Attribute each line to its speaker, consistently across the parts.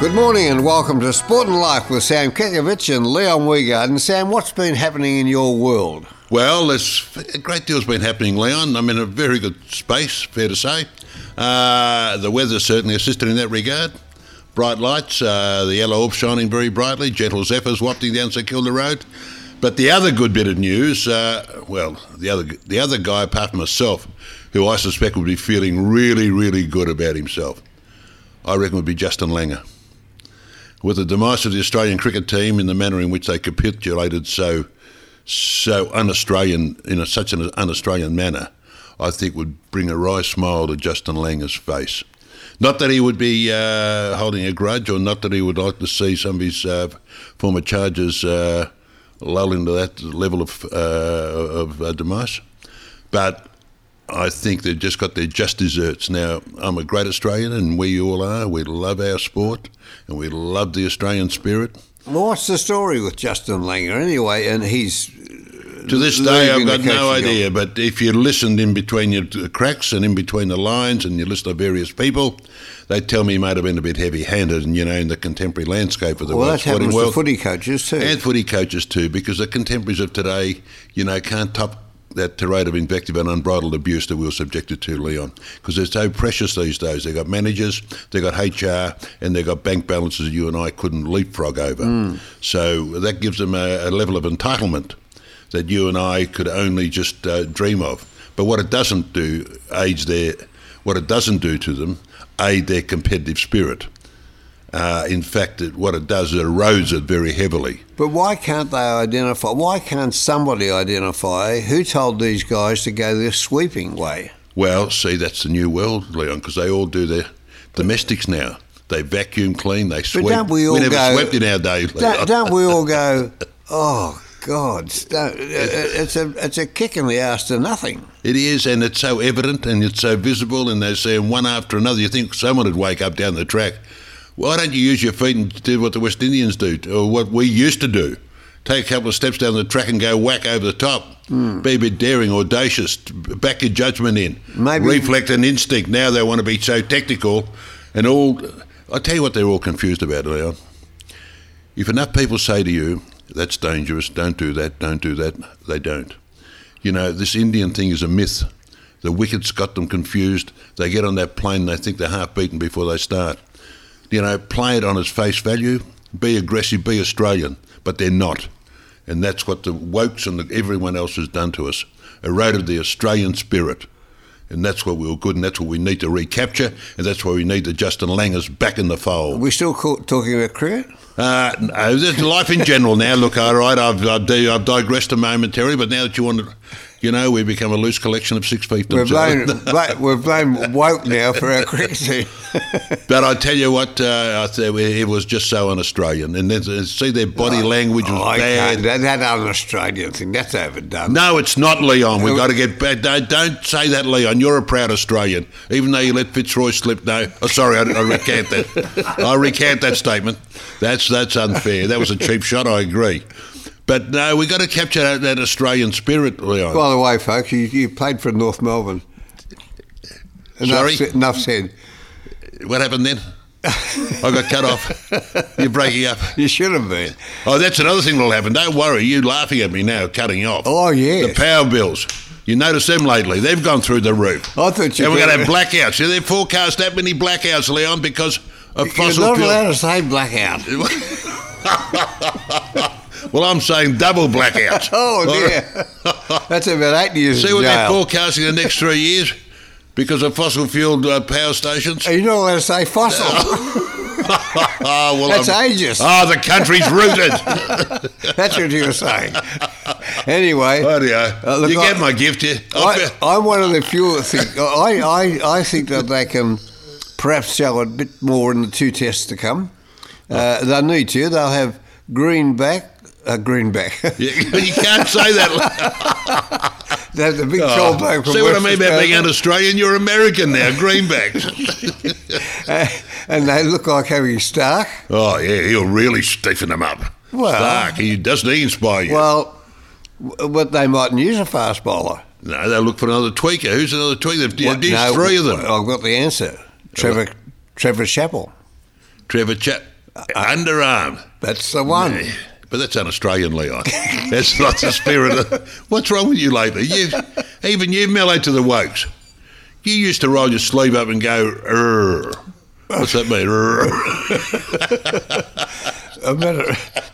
Speaker 1: Good morning and welcome to Sport and Life with Sam Kekovich and Leon Wiegard. And Sam, what's been happening in your world?
Speaker 2: Well, there's a great deal's been happening, Leon. I'm in a very good space, fair to say. Uh, the weather's certainly assisted in that regard. Bright lights, uh, the yellow orb shining very brightly, gentle zephyrs wafting down St Kilda Road. But the other good bit of news, uh, well, the other the other guy apart from myself, who I suspect would be feeling really, really good about himself, I reckon would be Justin Langer. With the demise of the Australian cricket team in the manner in which they capitulated so so un-Australian in a, such an un-Australian manner, I think would bring a wry smile to Justin Langer's face. Not that he would be uh, holding a grudge, or not that he would like to see some of his uh, former charges uh, lull into that level of uh, of uh, demise, but I think they've just got their just desserts. Now, I'm a great Australian, and we all are. We love our sport, and we love the Australian spirit.
Speaker 1: Well, what's the story with Justin Langer anyway? And he's
Speaker 2: To this day, I've
Speaker 1: leaving
Speaker 2: got
Speaker 1: the
Speaker 2: no
Speaker 1: coaching
Speaker 2: idea. But if you listened in between your t- cracks and in between the lines, and you listen to various people, they tell me he might have been a bit heavy-handed, and you know, in the contemporary landscape of the
Speaker 1: Well,
Speaker 2: world
Speaker 1: that
Speaker 2: sporting
Speaker 1: happens to
Speaker 2: world,
Speaker 1: footy coaches too.
Speaker 2: and footy coaches too, because the contemporaries of today, you know, can't top that tirade of invective and unbridled abuse that we were subjected to, Leon, because they're so precious these days. They've got managers, they've got HR, and they've got bank balances you and I couldn't leapfrog over. So that gives them a, a level of entitlement that you and I could only just uh, dream of. But what it doesn't do, aids their, what it doesn't do to them, aid their competitive spirit. Uh, in fact, it, what it does, it erodes it very heavily.
Speaker 1: but why can't they identify? Why can't somebody identify who told these guys to go this sweeping way?
Speaker 2: Well, see, that's the new world, Leon, because they all do their domestics now. They vacuum clean, they sweep.
Speaker 1: don't we all
Speaker 2: never
Speaker 1: go-
Speaker 2: swept in our day, Leon.
Speaker 1: Don't, don't we all go, oh God, don't, it's a it's a kick in the ass to nothing.
Speaker 2: It is, and it's so evident and it's so visible, and they're saying one after another. You think someone would wake up down the track. Why don't you use your feet and do what the West Indians do, or what we used to do? Take a couple of steps down the track and go whack over the top. Be a bit daring, audacious. Back your judgment in.
Speaker 1: Maybe-
Speaker 2: Reflect and instinct. Now they want to be so technical, and all. I tell you what, they're all confused about, Leon. If enough people say to you, that's dangerous, don't do that, don't do that, they don't. You know, this Indian thing is a myth. The wicket's got them confused. They get on that plane and they think they're half beaten before they start. You know, play it on its face value, be aggressive, be Australian, but they're not. And that's what the wokes and the, everyone else has done to us eroded the Australian spirit. And that's what we were good, and that's what we need to recapture, and that's why we need the Justin Langers back in the fold.
Speaker 1: We're still call, talking about cricket.
Speaker 2: Uh, no, there's life in general now. Look, all right, I've, I've, di- I've digressed a momentarily, but now that you want to, you know, we've become a loose collection of six feet.
Speaker 1: We're
Speaker 2: themselves.
Speaker 1: blamed, bla- we're blamed woke now for our cricket team.
Speaker 2: but I tell you what, uh, I th- it was just so un-Australian, and then to see their body language was
Speaker 1: Oh, I can't.
Speaker 2: bad.
Speaker 1: That, that un Australian thing, that's overdone.
Speaker 2: No, it's not Leon. We've got to get back. Don't, don't say that, Leon. You're a proud Australian, even though you let Fitzroy slip. No, oh, sorry, I, I recant that. I recant that statement. That's that's unfair. That was a cheap shot. I agree. But no, we've got to capture that, that Australian spirit, Leon.
Speaker 1: By the way, folks, you, you played for North Melbourne. Enough,
Speaker 2: Sorry?
Speaker 1: said- enough said.
Speaker 2: What happened then? I got cut off. You're breaking up.
Speaker 1: You should have been.
Speaker 2: Oh, that's another thing that'll happen. Don't worry. You laughing at me now, cutting off.
Speaker 1: Oh, yes.
Speaker 2: The power bills. You notice them lately. They've gone through the roof.
Speaker 1: I thought you
Speaker 2: and we're going to
Speaker 1: were-
Speaker 2: have blackouts. Yeah, they forecast that many blackouts, Leon, because of
Speaker 1: You're
Speaker 2: fossil
Speaker 1: not allowed
Speaker 2: fuel.
Speaker 1: to say blackout.
Speaker 2: Well, I'm saying double blackouts.
Speaker 1: Oh,
Speaker 2: All right.
Speaker 1: dear. That's about eight years
Speaker 2: See
Speaker 1: in
Speaker 2: what they're
Speaker 1: jail.
Speaker 2: forecasting the next three years because of fossil fuel uh, power stations.
Speaker 1: You're not allowed to say fossil.
Speaker 2: Ah, well,
Speaker 1: That's
Speaker 2: I'm-
Speaker 1: ageist.
Speaker 2: Ah, the country's rooted.
Speaker 1: That's what you were saying. Anyway,
Speaker 2: Oh, dear.
Speaker 1: Uh, look,
Speaker 2: you
Speaker 1: I-
Speaker 2: get my gift here.
Speaker 1: I, I'm one of the few that think I, I, I think that they can perhaps show a bit more in the two tests to come. Uh, they need to. They'll have Greenback, uh, Greenback.
Speaker 2: You, you can't say that.
Speaker 1: they have the big tall bloke from
Speaker 2: Ah. see what I
Speaker 1: West
Speaker 2: mean about being
Speaker 1: Australia,
Speaker 2: an Australian? You're American now, greenbacks.
Speaker 1: Uh, and they look like having Stark.
Speaker 2: oh, yeah, he'll really stiffen them up.
Speaker 1: Well-
Speaker 2: Stark, he doesn't he inspire you?
Speaker 1: Well, w- but they mightn't use a fast bowler.
Speaker 2: no, they'll look for another tweaker. Who's another tweaker? They've
Speaker 1: What-
Speaker 2: used
Speaker 1: no,
Speaker 2: three of them.
Speaker 1: I've got the answer. Trevor, Trevor Chappell.
Speaker 2: Trevor Chap. underarm.
Speaker 1: That's the one.
Speaker 2: Yeah, But that's un Australian, Leon. That's not the spirit of. What's wrong with you lately? You've, even you've mellowed to the wokes. You used to roll your sleeve up and go, "Err." What's that mean? Err.
Speaker 1: A matter,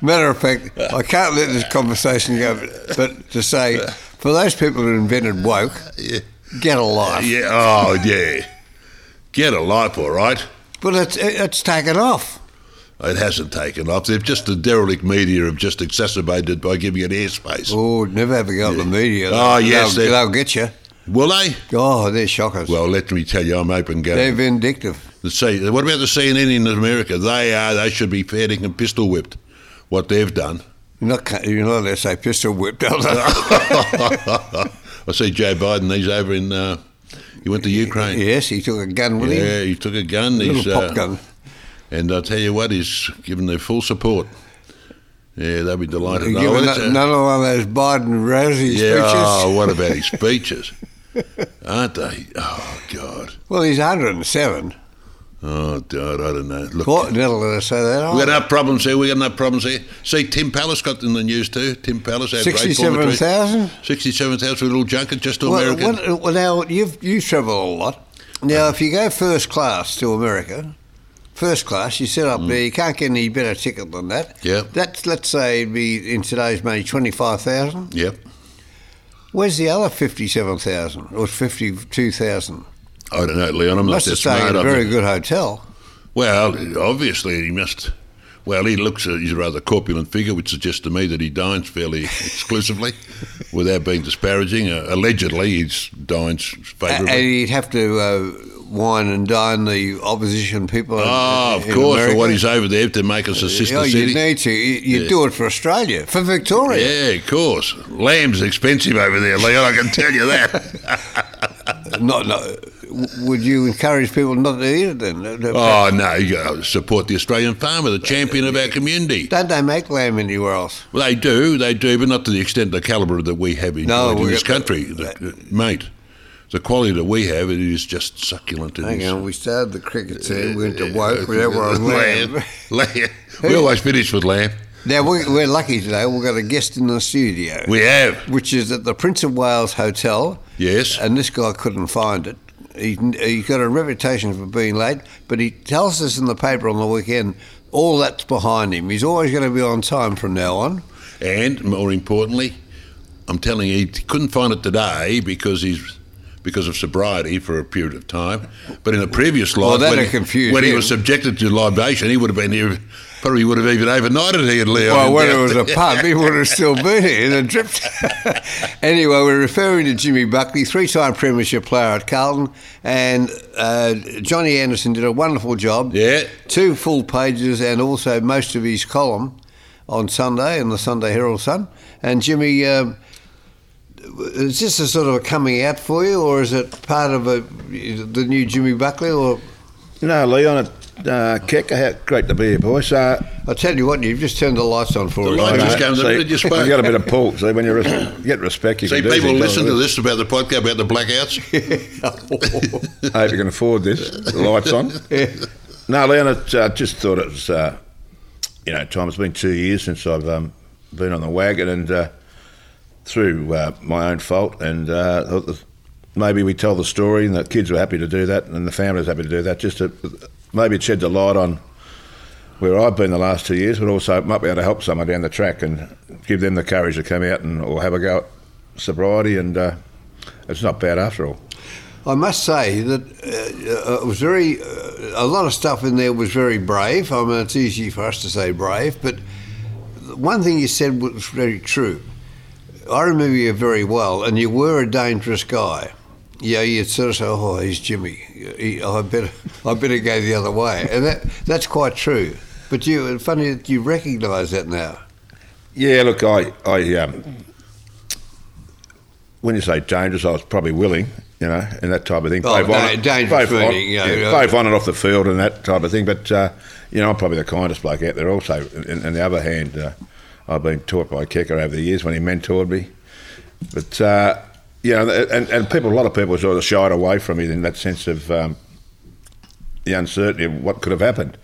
Speaker 1: matter of fact, I can't let this conversation go, but, but to say, for those people who invented woke,
Speaker 2: Yeah.
Speaker 1: get a life.
Speaker 2: yeah. Oh, yeah. Get a life, all right.
Speaker 1: But it's, it's taken off.
Speaker 2: It hasn't taken off. They've just, the derelict media have just exacerbated it by giving it airspace.
Speaker 1: Oh, never have we got the media.
Speaker 2: Oh, yes,
Speaker 1: They'll,
Speaker 2: they-
Speaker 1: they'll get you.
Speaker 2: Will they?
Speaker 1: Oh, they're shockers.
Speaker 2: Well, let me tell you, I'm open game.
Speaker 1: they're vindictive.
Speaker 2: The C, what about the CNN in America? They are. They should be fairly and pistol whipped. What they've done.
Speaker 1: You're not, ca- you're not allowed to say pistol whipped, are
Speaker 2: I see Joe Biden. He's over in. Uh, he went to
Speaker 1: they?
Speaker 2: Ukraine.
Speaker 1: yes, he took a gun with him.
Speaker 2: Yeah, he took a gun.
Speaker 1: A
Speaker 2: He's,
Speaker 1: little pop
Speaker 2: uh,
Speaker 1: gun.
Speaker 2: and I tell you what, he's given their full support. Yeah, they'll be delighted.
Speaker 1: Given
Speaker 2: Oh, well,
Speaker 1: that-
Speaker 2: it's a-
Speaker 1: another one of those Biden Rosie
Speaker 2: yeah,
Speaker 1: speeches.
Speaker 2: oh, what about his speeches? Aren't they? Oh God.
Speaker 1: Well, he's 107.
Speaker 2: Oh God, I don't know. Look,
Speaker 1: What? Not allowed to say that.
Speaker 2: We got
Speaker 1: either.
Speaker 2: enough problems here. We got enough problems here. See, Tim Palace got in the news too. Tim Palace, our great former
Speaker 1: 67,000?
Speaker 2: sixty-seven thousand little junket just to
Speaker 1: Well,
Speaker 2: America.
Speaker 1: what, well, now you've you travel a lot. Now, if you go first class to America, first class, you sit up there. You can't get any better ticket than that.
Speaker 2: Mm. Yeah.
Speaker 1: That's let's say it'd be in today's money twenty five thousand.
Speaker 2: Yep,
Speaker 1: Where's the other fifty seven thousand or fifty two thousand?
Speaker 2: I don't know, Leon. I'm not
Speaker 1: Must
Speaker 2: that
Speaker 1: have stayed
Speaker 2: smart.
Speaker 1: in a
Speaker 2: I'm
Speaker 1: very good hotel.
Speaker 2: Well, obviously he must. Well, he looks a, he's a rather corpulent figure, which suggests to me that he dines fairly exclusively, without being disparaging. Uh, allegedly, he dines
Speaker 1: And
Speaker 2: favourably.
Speaker 1: he'd have to uh, wine and dine the opposition people. in-
Speaker 2: Oh, of
Speaker 1: in
Speaker 2: course,
Speaker 1: America.
Speaker 2: for what he's over there to make us a sister
Speaker 1: Oh,
Speaker 2: city.
Speaker 1: you need to. You- You'd do it for Australia, for Victoria.
Speaker 2: Yeah, of course. Lamb's expensive over there, Leon. I can tell you that.
Speaker 1: Not, not, w- would you encourage people not to eat it then?
Speaker 2: oh no, you got to support the Australian farmer, the champion of our community.
Speaker 1: Don't they make lamb anywhere else?
Speaker 2: Well, they do, they do, but not to the extent, the calibre that we have in,
Speaker 1: No,
Speaker 2: in
Speaker 1: we
Speaker 2: this
Speaker 1: got-
Speaker 2: country, The- mate. The quality that we have, it is just succulent. It
Speaker 1: Hang
Speaker 2: is-
Speaker 1: on, we started the cricket team, we went to woke, we now we're on lamb.
Speaker 2: Uh, Lamb. We always finish with lamb.
Speaker 1: Now, we, we're lucky today, we've got a guest in the studio,
Speaker 2: We have.
Speaker 1: which is at the Prince of Wales Hotel,
Speaker 2: Yes.
Speaker 1: and this guy couldn't find it. He, he's got a reputation for being late, but he tells us in the paper on the weekend all that's behind him. He's always going to be on time from now on.
Speaker 2: And more importantly, I'm telling you, he couldn't find it today because he's because of sobriety for a period of time. But in a previous life,
Speaker 1: that'd
Speaker 2: when,
Speaker 1: have confused
Speaker 2: when he
Speaker 1: him.
Speaker 2: was subjected to libation, he would have been here. Probably would have even overnighted here, Leo.
Speaker 1: Well, when it was a pub, he would have still been here in a drip. anyway, we're referring to Jimmy Buckley, three-time premiership player at Carlton, and uh, Johnny Anderson did a wonderful job.
Speaker 2: Yeah.
Speaker 1: two full pages, and also most of his column on Sunday in the Sunday Herald Sun. And Jimmy, um, is this a sort of a coming out for you, or is it part of a the new Jimmy Buckley? Or
Speaker 3: You know, Leon, uh, Keck, how great to be here, boys. Uh,
Speaker 1: I tell you what, you've just turned the lights on for
Speaker 2: The
Speaker 1: us.
Speaker 2: lights I
Speaker 1: mate.
Speaker 2: just came to the
Speaker 3: see,
Speaker 2: minute you spoke.
Speaker 3: You got a bit of pull. See, when you res- you get respect, you
Speaker 2: See,
Speaker 3: can do
Speaker 2: people
Speaker 3: things,
Speaker 2: listen to
Speaker 3: don't
Speaker 2: this about the podcast about the blackouts.
Speaker 1: Oh,
Speaker 3: they? I hope you can afford this. The lights on. No, Leon, it, uh, just thought it was, uh, you know, time. It's been two years since I've um, been on the wagon, and uh, through uh, my own fault, and uh, I thought that maybe we tell the story, and the kids were happy to do that, and the family was happy to do that, just to maybe it sheds a light on where I've been the last two years, but also might be able to help someone down the track and give them the courage to come out and or have a go at sobriety, and uh, it's not bad after all.
Speaker 1: I must say that uh, uh, it was very, uh, a lot of stuff in there was very brave. I mean, it's easy for us to say brave, but one thing you said was very true. I remember you very well, and you were a dangerous guy. Yeah, you'd sort of say, "Oh, he's Jimmy. He, I better, I better go the other way," and that, that's quite true. But you, it's funny that you recognise that now.
Speaker 3: Yeah, look, I, I, um, when you say dangerous, I was probably willing, you know, and that type of thing.
Speaker 1: Oh, da-
Speaker 3: and-
Speaker 1: dangerous
Speaker 3: both on,
Speaker 1: willing, you know,
Speaker 3: yeah,
Speaker 1: yeah.
Speaker 3: both on and off the field and that type of thing. But uh, you know, I'm probably the kindest bloke out there. Also, and, and the other hand, uh, I've been taught by Kecker over the years when he mentored me. But uh, you know, and, and people, a lot of people sort of shied away from me in that sense of um, the uncertainty of what could have happened.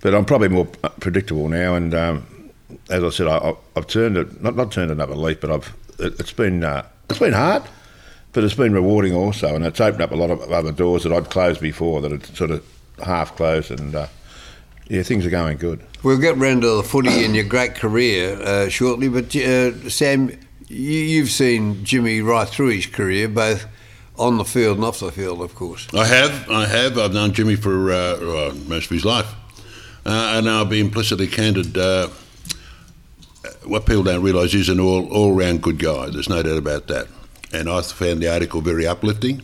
Speaker 3: But I'm probably more predictable now, and um, as I said, I, I, I've turned it not not turned another leaf, but I've it, it's been uh, it's been hard, but it's been rewarding also, and it's opened up a lot of other doors that I'd closed before that had sort of half closed, and uh, yeah, things are going good.
Speaker 1: We'll get round to the footy and your great career uh, shortly, but uh, Sam, you, you've seen Jimmy right through his career, both on the field and off the field, of course.
Speaker 2: I have, I have. I've known Jimmy for uh, well, most of his life, uh, and I'll be implicitly candid. Uh, what people don't realise he's an all all round good guy. There's no doubt about that. And I found the article very uplifting.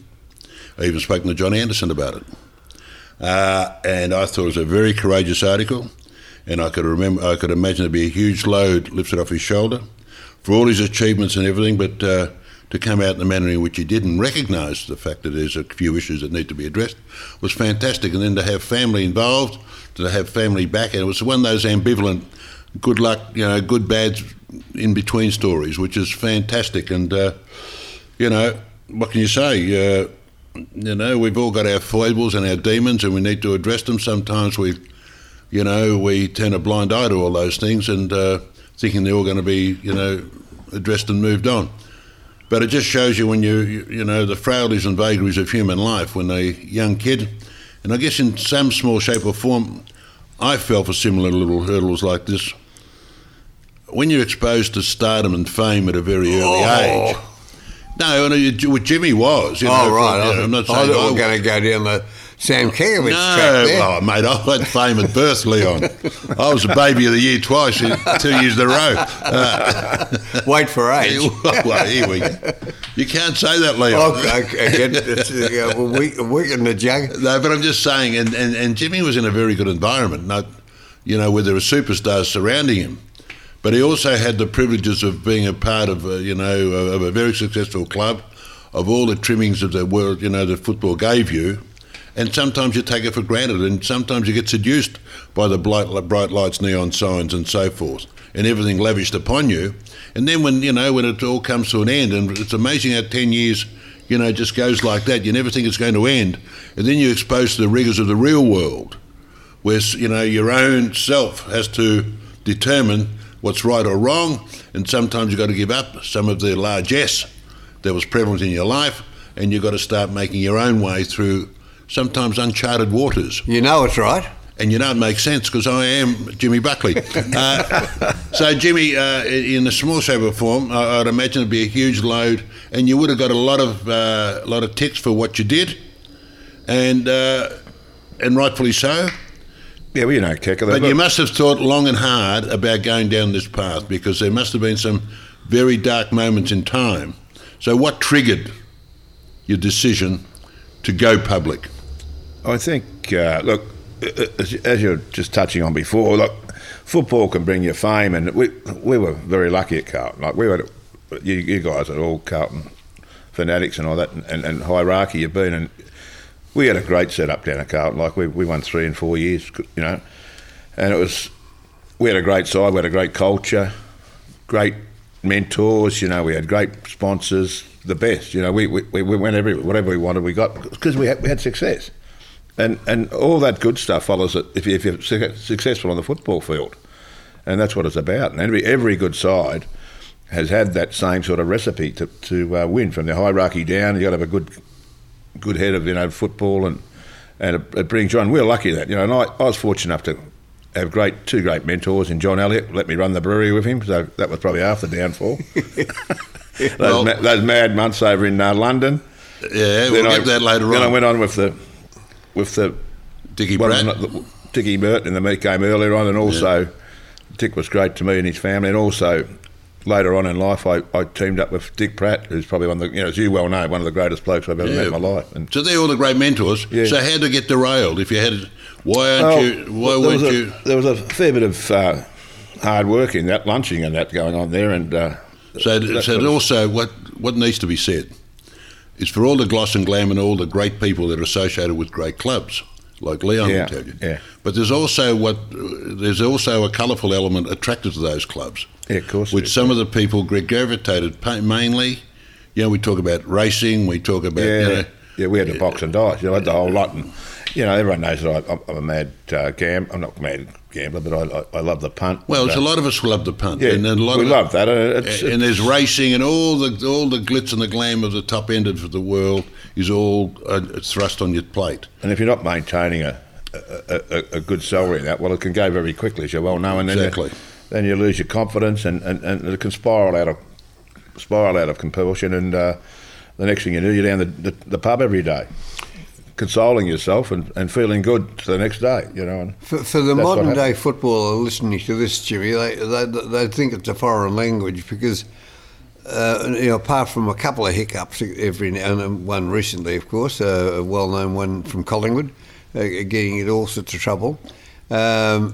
Speaker 2: I even spoke to John Anderson about it, uh, and I thought it was a very courageous article. And I could remember, I could imagine it'd be a huge load lifted off his shoulder for all his achievements and everything, but. Uh, to come out in the manner in which he did and recognise the fact that there's a few issues that need to be addressed was fantastic. And then to have family involved, to have family back, and it was one of those ambivalent, good luck, you know, good bad, in between stories, which is fantastic. And uh, you know, what can you say? Uh, you know, we've all got our foibles and our demons, and we need to address them. Sometimes we, you know, we turn a blind eye to all those things and uh, thinking they're all going to be, you know, addressed and moved on. But it just shows you when you, you, you know, the frailties and vagaries of human life when a young kid, and I guess in some small shape or form, I fell for similar little hurdles like this. When you're exposed to stardom and fame at a very early
Speaker 1: Oh.
Speaker 2: age. No, and it, what Jimmy was. You know,
Speaker 1: oh,
Speaker 2: from-
Speaker 1: right.
Speaker 2: you
Speaker 1: I,
Speaker 2: know, I'm not
Speaker 1: I
Speaker 2: saying
Speaker 1: thought
Speaker 2: I
Speaker 1: we were going to go down the Sam Kingovich track
Speaker 2: no,
Speaker 1: there.
Speaker 2: oh, mate, I had fame at birth, Leon. I was a baby of the year twice, in- two years in a row. Uh,
Speaker 1: Wait for age. Oh,
Speaker 2: well, here we go. You can't say that, Leon.
Speaker 1: okay, okay. It's, uh, a week, a week in the jug.
Speaker 2: No, but I'm just saying, and, and, and Jimmy was in a very good environment, not, you know, where there were superstars surrounding him. But he also had the privileges of being a part of, uh, you know, of a very successful club, of all the trimmings of the world, you know, that football gave you. And sometimes you take it for granted, and sometimes you get seduced by the bright, bright lights, neon signs, and so forth, and everything lavished upon you. And then when you know when it all comes to an end, and it's amazing how ten years, you know, just goes like that. You never think it's going to end, and then you're exposed to the rigors of the real world, where you know your own self has to determine what's right or wrong, and sometimes you've got to give up some of the largesse that was prevalent in your life, and you've got to start making your own way through sometimes uncharted waters
Speaker 1: You know it's right.
Speaker 2: and you know it makes sense because I am Jimmy Buckley. Uh, so Jimmy, uh, in a small shape or form, I, I'd imagine it'd be a huge load, and you would have got a lot of uh, a lot of ticks for what you did, and uh, and rightfully so.
Speaker 3: Yeah, well, you know, Kecker.
Speaker 2: But you must have thought long and hard about going down this path because there must have been some very dark moments in time. So what triggered your decision to go public?
Speaker 3: I think, uh, look, as, as you're just touching on before, look, football can bring you fame, and we we were very lucky at Carlton. Like we were, you, you guys are all Carlton fanatics and all that, and, and, and hierarchy you've been, and we had a great setup down at Carlton. Like we, we won three and four years, you know, and it was we had a great side, we had a great culture, great mentors. You know, we had great sponsors, the best. You know, we we, we went every whatever we wanted, we got because we had, we had success, and and all that good stuff follows it if, you, if you're suc- successful on the football field, and that's what it's about. And every every good side. Has had that same sort of recipe to, to uh, win from the hierarchy down. You've got to have a good good head of you know football and and it, it brings you on. We're lucky that you know, and I, I was fortunate enough to have great two great mentors in John Elliott. Let me run the brewery with him, so that was probably half the downfall. those,
Speaker 2: Well-
Speaker 3: ma- those mad months over in uh, London.
Speaker 2: Yeah, we'll get that later
Speaker 3: Then I
Speaker 2: on.
Speaker 3: went on with the with the
Speaker 2: Dickie
Speaker 3: one
Speaker 2: Brad.
Speaker 3: of the- Dickie Burton, and the meet came earlier on, and also Dick was great to me and his family, and also later on in life, I, I teamed up with Dick Pratt, who's probably one of the you know as you well know one of the greatest blokes I've ever met in my life, and
Speaker 2: So they're all the great mentors.
Speaker 3: Yeah. Oh,
Speaker 2: So how to get derailed if you had? Why aren't you? Why
Speaker 3: there
Speaker 2: weren't
Speaker 3: was a,
Speaker 2: you?
Speaker 3: There was a fair bit of uh, hard work in that lunching and that going on there, and uh,
Speaker 2: So,
Speaker 3: that
Speaker 2: so
Speaker 3: sort of-
Speaker 2: also, what what needs to be said is for all the gloss and glam and all the great people that are associated with great clubs, like Leon
Speaker 3: Yeah,
Speaker 2: will tell you.
Speaker 3: yeah.
Speaker 2: But there's also what there's also a colourful element attracted to those clubs.
Speaker 3: Yeah, of course
Speaker 2: Which
Speaker 3: there is,
Speaker 2: some of the people gra- gravitated pa- mainly. You know, we talk about racing. We talk about you
Speaker 3: Yeah.
Speaker 2: know,
Speaker 3: Yeah, we had to box and dice. You know, I had the whole lot, and you know, everyone knows that I, I'm, I'm a mad uh, gambler. I'm not a mad gambler, but I, I, I love the punt.
Speaker 2: Well, it's
Speaker 3: So-
Speaker 2: a lot of us love the punt,
Speaker 3: Yeah,
Speaker 2: and a lot
Speaker 3: we
Speaker 2: of
Speaker 3: love that. And, it's,
Speaker 2: and there's racing and all the all the glitz and the glam of the top end of the world is all uh, thrust on your plate.
Speaker 3: and if you're not maintaining a a, a, a good salary in that, well, it can go very quickly, as you well know. And then
Speaker 2: Exactly.
Speaker 3: You, then you lose your confidence, and, and, and it can spiral out of spiral out of compulsion, and uh, the next thing you know, you're down the, the, the pub every day, consoling yourself and, and feeling good the next day. You know. And,
Speaker 1: For, for the
Speaker 3: That's what
Speaker 1: modern day
Speaker 3: happened.
Speaker 1: footballer listening to this, Jimmy, they, they, they think it's a foreign language because, uh, you know, apart from a couple of hiccups every now and then, one recently, of course, uh, a well known one from Collingwood, uh, getting into all sorts of trouble, um,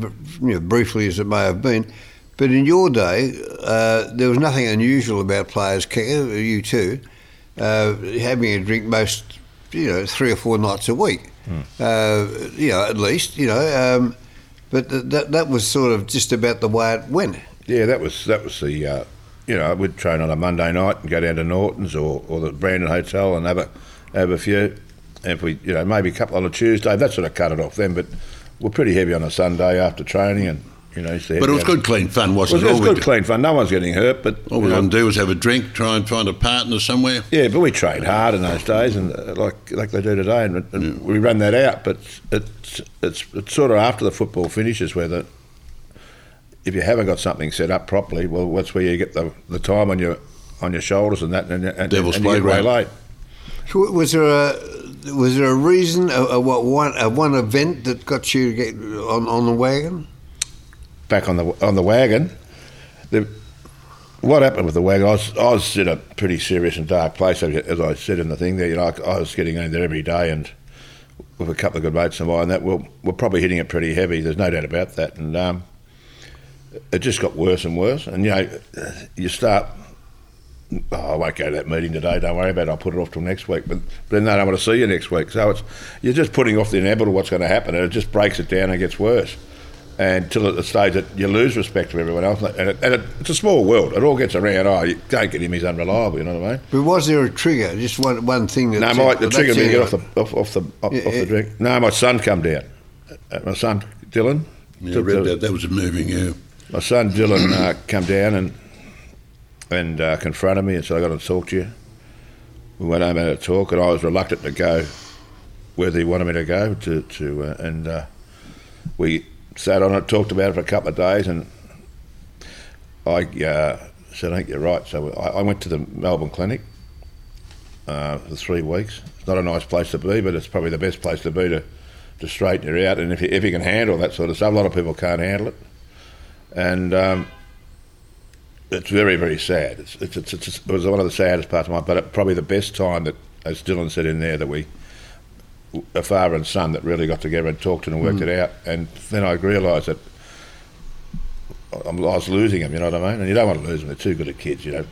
Speaker 1: b- you know, briefly as it may have been. But in your day, uh, there was nothing unusual about players, kicker, you too, uh, having a drink most, you know, three or four nights a week,
Speaker 3: Hmm.
Speaker 1: uh, you know, at least, you know. Um, but th- that, that was sort of just about the way it went.
Speaker 3: Yeah, that was that was the uh, you know we'd train on a Monday night and go down to Norton's or, or the Brandon Hotel and have a have a few. If we you know maybe a couple on a Tuesday, that sort of cut it off then. But we're pretty heavy on a Sunday after training and you know. so-
Speaker 2: But it was good, clean fun,
Speaker 3: It was,
Speaker 2: wasn't it?
Speaker 3: it was
Speaker 2: All we
Speaker 3: good, clean fun. No one's getting hurt, but
Speaker 2: All
Speaker 3: you
Speaker 2: we're
Speaker 3: know,
Speaker 2: going to do is have a drink, try and find a partner somewhere.
Speaker 3: yeah, but we trained hard in those days, and uh, like like they do today, and, and
Speaker 2: Mm.
Speaker 3: we run that out. But it's it's it's sort of after the football finishes where the if you haven't got something set up properly, well, that's where you get the, the time on your on your shoulders and that, and, and
Speaker 2: Devil's
Speaker 3: and you get way
Speaker 2: playground.
Speaker 3: late.
Speaker 1: So was there a was there a reason, a, a, what one, a one event that got you to get on, on the wagon?
Speaker 3: back on the on the wagon. The, what happened with the wagon? I was, I was in a pretty serious and dark place, as as I said in the thing there. You know, I, I was getting in there every day, and with a couple of good mates of mine, that we'll, we're probably hitting it pretty heavy. There's no doubt about that, and um, it just got worse and worse. And you know, you start. Oh, I won't go to that meeting today. Don't worry about it. I'll put it off till next week. But, but then they don't want to see you next week. So it's you're just putting off the inevitable. What's going to happen? And it just breaks it down and gets worse until at the stage that you lose respect for everyone else. And, it, and it, it's a small world. It all gets around. Oh, you don't get him. He's unreliable. You know what I mean?
Speaker 1: But was there a trigger? Just one, one thing that.
Speaker 3: No,
Speaker 1: said,
Speaker 3: my, the
Speaker 1: "Well,
Speaker 3: trigger
Speaker 1: that's
Speaker 3: me to get
Speaker 1: it."
Speaker 3: off the off, off the off,
Speaker 1: Yeah,
Speaker 3: off
Speaker 1: yeah.
Speaker 3: the drink. No, my son come down. Uh, My son Dylan.
Speaker 2: Yeah, I
Speaker 3: took
Speaker 2: read
Speaker 3: the-
Speaker 2: that. That was a moving, yeah.
Speaker 3: my son Dylan uh, come down and and uh, confronted me and said, "I got to talk to you." We went home and had a talk, and I was reluctant to go whether he wanted me to go to to uh, and uh, we sat on it, talked about it for a couple of days, and I uh, said, "I think you're right." So I, I went to the Melbourne clinic uh, for three weeks. It's not a nice place to be, but it's probably the best place to be to to straighten you out. And if you, if you can handle that sort of stuff, a lot of people can't handle it and um, it's very, very sad. It's, it's, it's, it's, it was one of the saddest parts of my, but it, probably the best time that, as Dylan said in there, that we, a father and son, that really got together and talked and worked it out. And then I realised that I'm, I was losing them. You know what I mean? And you don't want to lose them. They're too good at kids. You know,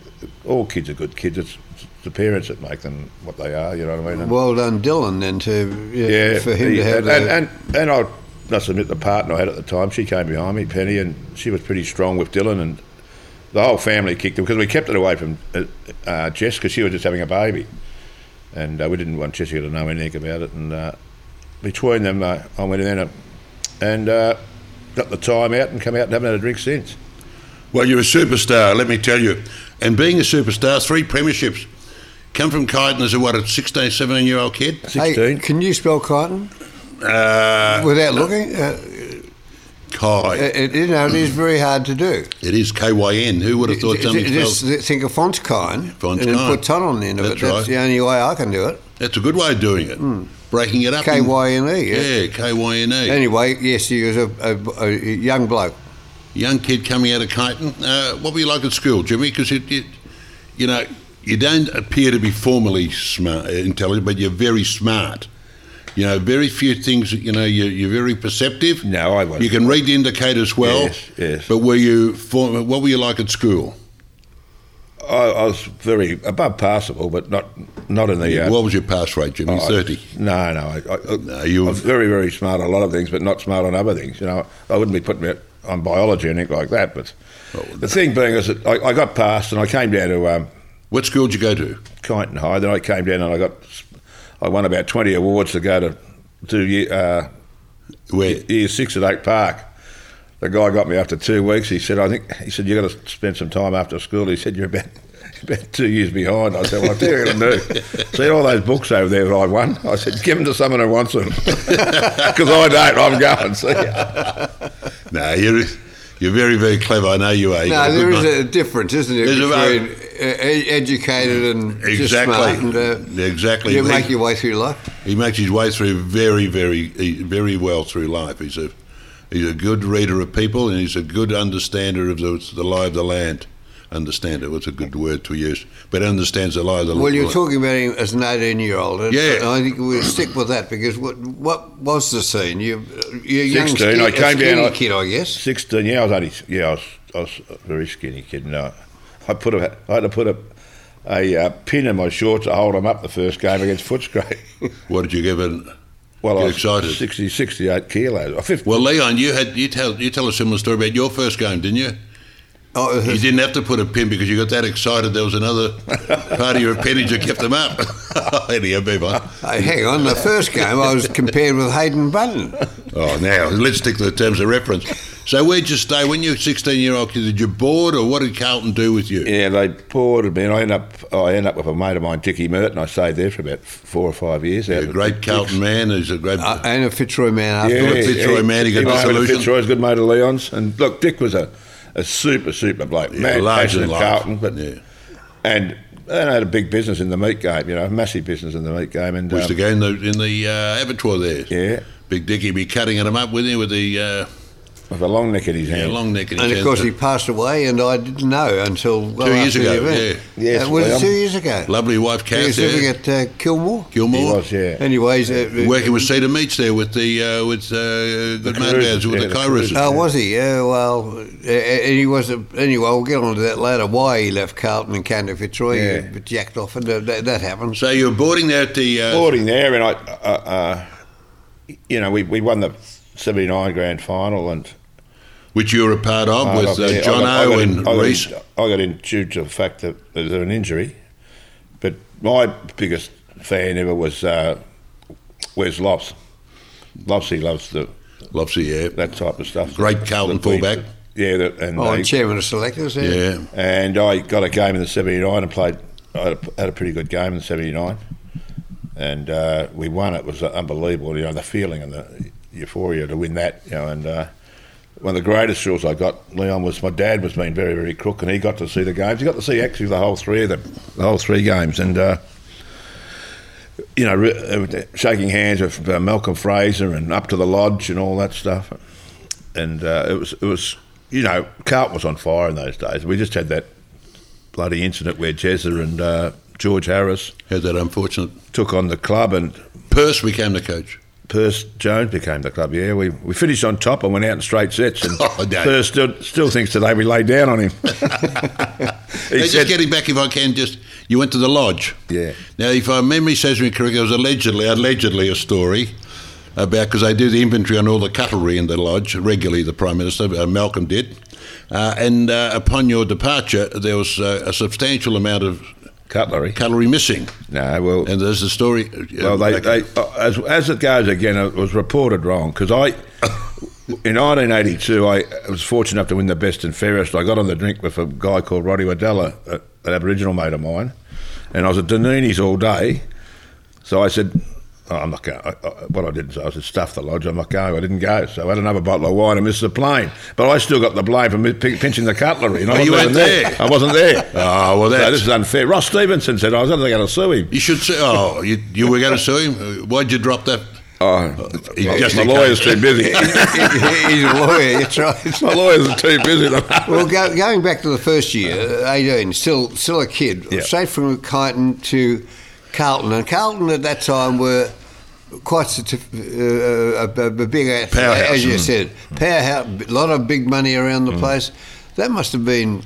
Speaker 3: all kids are good kids. It's, it's the parents that make them what they are. You know what I mean? And-
Speaker 1: Well done, Dylan, then to yeah,
Speaker 3: yeah,
Speaker 1: for him to
Speaker 3: yeah,
Speaker 1: have
Speaker 3: and,
Speaker 1: that.
Speaker 3: and, and and I must admit the partner I had at the time, she came behind me, Penny, and she was pretty strong with Dylan, and the whole family kicked him because we kept it away from uh, uh, Jess because she was just having a baby, and uh, we didn't want Jessica to know anything about it. And uh, between them, uh, I went in there and, and uh, got the time out and come out and haven't had a drink since.
Speaker 2: Well, you're a superstar, let me tell you. And being a superstar, three premierships. Come from Kyneton as a, what, a 16, 17 year old kid?
Speaker 1: hey,
Speaker 3: 16.
Speaker 1: can you spell Crichton
Speaker 2: Uh,
Speaker 1: without Uh, looking? Uh,
Speaker 2: Ky.
Speaker 1: it, you know, it is very hard to do.
Speaker 2: It is K Y N. Who would have thought
Speaker 1: J-
Speaker 2: something
Speaker 1: j-
Speaker 2: spelled?
Speaker 1: Just think of font kind
Speaker 2: Font
Speaker 1: and then
Speaker 2: kind.
Speaker 1: put ton on the end of it.
Speaker 2: That's
Speaker 1: That's
Speaker 2: right. Mm.
Speaker 1: the only way I can do it.
Speaker 2: That's a good way of doing it. Breaking it up.
Speaker 1: K
Speaker 2: and-
Speaker 1: Y N E. yeah.
Speaker 2: Yeah, K Y N E.
Speaker 1: Anyway, yes, he was a, a, a young bloke.
Speaker 2: young kid coming out of Kyneton. Uh, what were you like at school, Jimmy? Because you, you, you know, you don't appear to be formally smart, uh, intelligent, but you're very smart. You know, very few things. that- You know, you're, you're very perceptive.
Speaker 3: No, I wasn't.
Speaker 2: You can read the indicators well.
Speaker 3: Yes, yes.
Speaker 2: But were you form, What were you like at school?
Speaker 3: I, I was very above passable, but not not in the uh,
Speaker 2: What was your pass rate, Jimmy?
Speaker 3: Oh, I- Oh,
Speaker 2: Thirty.
Speaker 3: No, no. I, I,
Speaker 2: No, you
Speaker 3: I
Speaker 2: were-
Speaker 3: was very, very smart on a lot of things, but not smart on other things. You know, I wouldn't be putting it on biology and anything like that. But the thing being is that I, I got passed and I came down to um,
Speaker 2: What school did you go to?
Speaker 3: Kyneton High. Then I came down and I got s- I won about 20 awards to go to do year, uh,
Speaker 2: Where?
Speaker 3: year six at Oak Park. The guy got me after two weeks. He said, "I think," he said, "You got to spend some time after school." He said, "You're about." About two years behind, I said, "Well, I tell you what I'm going to do. See all those books over there that I won. I said, give them to someone who wants them, because I don't. I'm going. See ya.
Speaker 2: No, you're you're very very clever. I know you are. You've got
Speaker 1: No,
Speaker 2: a
Speaker 1: there
Speaker 2: good
Speaker 1: is
Speaker 2: mind.
Speaker 1: a difference, isn't it,
Speaker 2: There's a-
Speaker 1: between uh, e- educated and just
Speaker 2: Exactly.
Speaker 1: smart and, uh,
Speaker 2: Exactly.
Speaker 1: You
Speaker 2: He-
Speaker 1: make your way through life.
Speaker 2: He makes his way through very, very, he- very well through life. He's a he's a good reader of people, and he's a good understander of the, the lie of the land. Understander, what's a good word to use? But understands the lie of the
Speaker 1: Well, you're
Speaker 2: land.
Speaker 1: talking about him as an 18 year old. And
Speaker 2: Yeah.
Speaker 1: I think we'll stick with that because what what was the scene? You, you're a young
Speaker 3: 16, I
Speaker 1: skinny, a
Speaker 3: came down,
Speaker 1: skinny
Speaker 3: I-
Speaker 1: kid, I guess.
Speaker 3: Sixteen. Yeah, I was only. Yeah, I was. I was a very skinny kid. No, I put a. I had to put a, a uh, pin in my shorts to hold them up the first game against Footscray.
Speaker 2: What did you give it?
Speaker 3: well,
Speaker 2: Get
Speaker 3: I was
Speaker 2: excited.
Speaker 3: 60, 68 kilos. Or 50,
Speaker 2: Well, Leon, you had you tell you tell a similar story about your first game, didn't you?
Speaker 1: Oh,
Speaker 2: You didn't have to put a pin because you got that excited. There was another part of your appendage that kept them up. Anyhow, move on.
Speaker 1: Oh, hey, hang on, the first game I was compared with Hayden Button.
Speaker 2: Oh, now let's stick to the terms of reference. So where'd you stay when you were sixteen year old? Did you board, or what did Carlton do with you?
Speaker 3: Yeah, they poured me, and I end up oh, I end up with a mate of mine, Dickie Merton. I stayed there for about four or five years.
Speaker 2: A great Carlton man. He's a great.
Speaker 1: Uh, and a Fitzroy man after
Speaker 2: Yeah. Fitzroy man, he got
Speaker 3: was
Speaker 2: disillusioned.
Speaker 3: a Fitzroy's good mate of Leon's, and look, Dick was a, a super super bloke, man,
Speaker 2: larger
Speaker 3: passionate
Speaker 2: than life.
Speaker 3: Carlton, but
Speaker 2: Yeah.
Speaker 3: and and I had a big business in the meat game, you know, a massive business in the meat game, and
Speaker 2: Used
Speaker 3: um,
Speaker 2: to go in the in the uh, abattoir there.
Speaker 3: yeah,
Speaker 2: Big Dickie be cutting them up with him with the uh,
Speaker 3: with a long neck in his
Speaker 2: yeah,
Speaker 3: hand.
Speaker 2: long neck. in his
Speaker 1: And of
Speaker 2: hand.
Speaker 1: course, he passed away, and I didn't know until well
Speaker 2: Two years
Speaker 1: after the
Speaker 2: ago,
Speaker 1: event.
Speaker 3: yeah. Yes,
Speaker 1: Uh, was
Speaker 3: well,
Speaker 1: it two years ago?
Speaker 2: lovely wife
Speaker 1: He
Speaker 2: Kath
Speaker 1: was living
Speaker 2: there,
Speaker 1: at uh, Kilmore.
Speaker 2: Gilmore.
Speaker 3: He was, yeah.
Speaker 1: Anyways, uh,
Speaker 2: Working with Cedar Meats there with the uh, with uh, good
Speaker 3: Cruisers,
Speaker 2: motorheads with
Speaker 3: yeah,
Speaker 2: the
Speaker 3: the
Speaker 2: Kairos.
Speaker 3: Cruisers.
Speaker 1: Oh, was he? Yeah, well, uh, and he was. A, anyway, we'll get on to that later. Why he left Carlton and came to Fitzroy,
Speaker 3: Yeah.
Speaker 1: but jacked off, and uh, that, that happens.
Speaker 2: So you were boarding there at the uh,
Speaker 3: boarding there, and I, uh, uh, you know, we, we won the seventy nine grand final, and
Speaker 2: which you were a part of
Speaker 3: Oh,
Speaker 2: with uh,
Speaker 3: yeah, I
Speaker 2: John
Speaker 3: got- I
Speaker 2: O
Speaker 3: got in-
Speaker 2: and
Speaker 3: I got in-
Speaker 2: Reese.
Speaker 3: I got in due to the fact that there was an injury, but my biggest fan ever was uh, Wes Lops. Lopsy loves the
Speaker 2: Lopsy, yeah.
Speaker 3: that type of stuff.
Speaker 2: Great Carlton
Speaker 3: The- the-
Speaker 2: fullback.
Speaker 3: Yeah, the, and
Speaker 1: Oh,
Speaker 3: they-
Speaker 1: and chairman of selectors. Yeah.
Speaker 2: Yeah.
Speaker 3: and I got a game in the 79 and played, I had a, had a pretty good game in the 79. And uh, we won. It was unbelievable, you know, the feeling and the euphoria to win that, you know. And uh, one of the greatest thrills I got, Leon, was my dad was being very, very crook and he got to see the games. He got to see actually the whole three of them, the whole three games. And, uh, you know, re- uh, shaking hands with uh, Malcolm Fraser and up to the lodge and all that stuff and uh, it was it was you know Carlton was on fire in those days. We just had that bloody incident where Jezza and uh, George Harris
Speaker 2: Had that unfortunate.
Speaker 3: took on the club and
Speaker 2: Purse became the coach.
Speaker 3: Perce Jones became the club. Yeah, we, we finished on top and went out in straight sets. And
Speaker 2: Oh, no.
Speaker 3: Perce still, still thinks today we lay down on him.
Speaker 2: Now,
Speaker 3: he
Speaker 2: just
Speaker 3: said,
Speaker 2: getting back, if I can, just you went to the lodge.
Speaker 3: Yeah.
Speaker 2: Now, if my memory serves me correctly, there was allegedly, allegedly a story about because they do the inventory on all the cutlery in the lodge regularly. The Prime Minister uh, Malcolm did, uh, and uh, upon your departure, there was uh, a substantial amount of
Speaker 3: cutlery.
Speaker 2: cutlery missing.
Speaker 3: No, well,
Speaker 2: And there's a story.
Speaker 3: Well, they, they, uh, as, as it goes again, it was reported wrong because I, in 1982, I was fortunate enough to win the best and fairest. I got on the drink with a guy called Roddy Waddella, a- an Aboriginal mate of mine, and I was at Danini's all day. So I said, oh, I'm not going. I, I, what I did, so I said, stuff the lodge, I'm not going. I didn't go. So I had another bottle of wine and missed the plane. But I still got the blame for mi- pi- pinching the cutlery. And I
Speaker 2: Oh, you
Speaker 3: wasn't
Speaker 2: weren't
Speaker 3: even there.
Speaker 2: there.
Speaker 3: I wasn't there.
Speaker 2: Ah, well,
Speaker 3: So
Speaker 2: that's-
Speaker 3: this is unfair. Ross Stevenson said, "Oh, I was only going to sue him.
Speaker 2: You should say, oh, you, you were going to sue him? Why'd you drop that?
Speaker 3: Oh,
Speaker 2: He
Speaker 3: my-
Speaker 2: just
Speaker 3: my
Speaker 2: in
Speaker 3: lawyer's
Speaker 2: case.
Speaker 3: too busy.
Speaker 1: He's a lawyer. That's right.
Speaker 3: my lawyers are too busy.
Speaker 1: Well, go, going back to the first year,
Speaker 2: Uh-huh.
Speaker 1: uh, 18, still still a kid,
Speaker 3: Yeah.
Speaker 1: straight from Kyneton to Carlton, and Carlton at that time were quite such a, uh, a, a- a big outfit,
Speaker 2: Powerhouse,
Speaker 1: as you
Speaker 2: mm.
Speaker 1: said, powerhouse, a lot of big money around the place. That must have been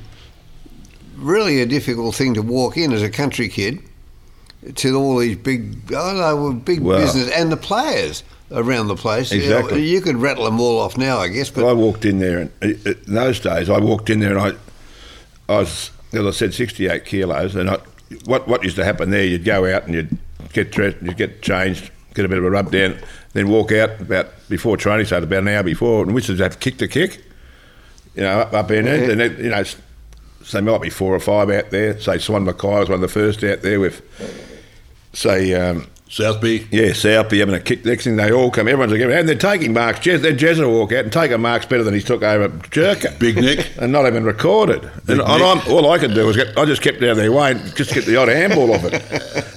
Speaker 1: really a difficult thing to walk in as a country kid to all these big, oh, they were big
Speaker 3: Wow.
Speaker 1: business and the players around the place. You know,
Speaker 3: Exactly.
Speaker 1: you could rattle them all off now, I guess, but
Speaker 3: I walked in there, and i- i- in those days, I walked in there, and I, I was, as I said, 68 kilos, and I, what what used to happen there, you'd go out and you'd get dressed, you get changed, get a bit of a rub down, then walk out about before training started, about an hour before, and whistles have kicked a kick, you know, up, up in it, and it, you know, s- so there might be four or five out there. Say Swan Mackay was one of the first out there with, say. Um,
Speaker 2: Southby.
Speaker 3: yeah, Southby having a kick. Next thing they all come, everyone's together, and they're taking marks. Jez, then Jez will walk out and take a marks better than he took over Jerker.
Speaker 2: Big Nick.
Speaker 3: And not even recorded. And, and I'm, all I could do was get, I just kept down their way and just get the odd handball off it.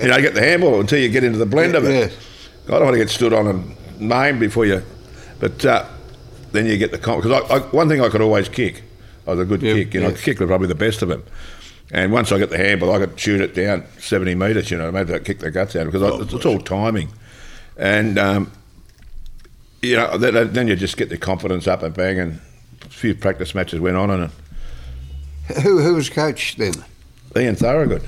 Speaker 3: You know, get the handball until you get into the blend of it. I don't want to get stood on and named before you. But uh, then you get the comp. Because I, I, one thing I could always kick, I was a good kick. You know, I could kick was probably the best of them. And once I got the handball, I could shoot it down 70 metres, you know, maybe I kick the guts out because I, it's, it's all timing. And um, you know, th th- then you just get the confidence up and bang, and a few practice matches went on, and
Speaker 1: Who, who was coach then?
Speaker 3: Ian Thorogood.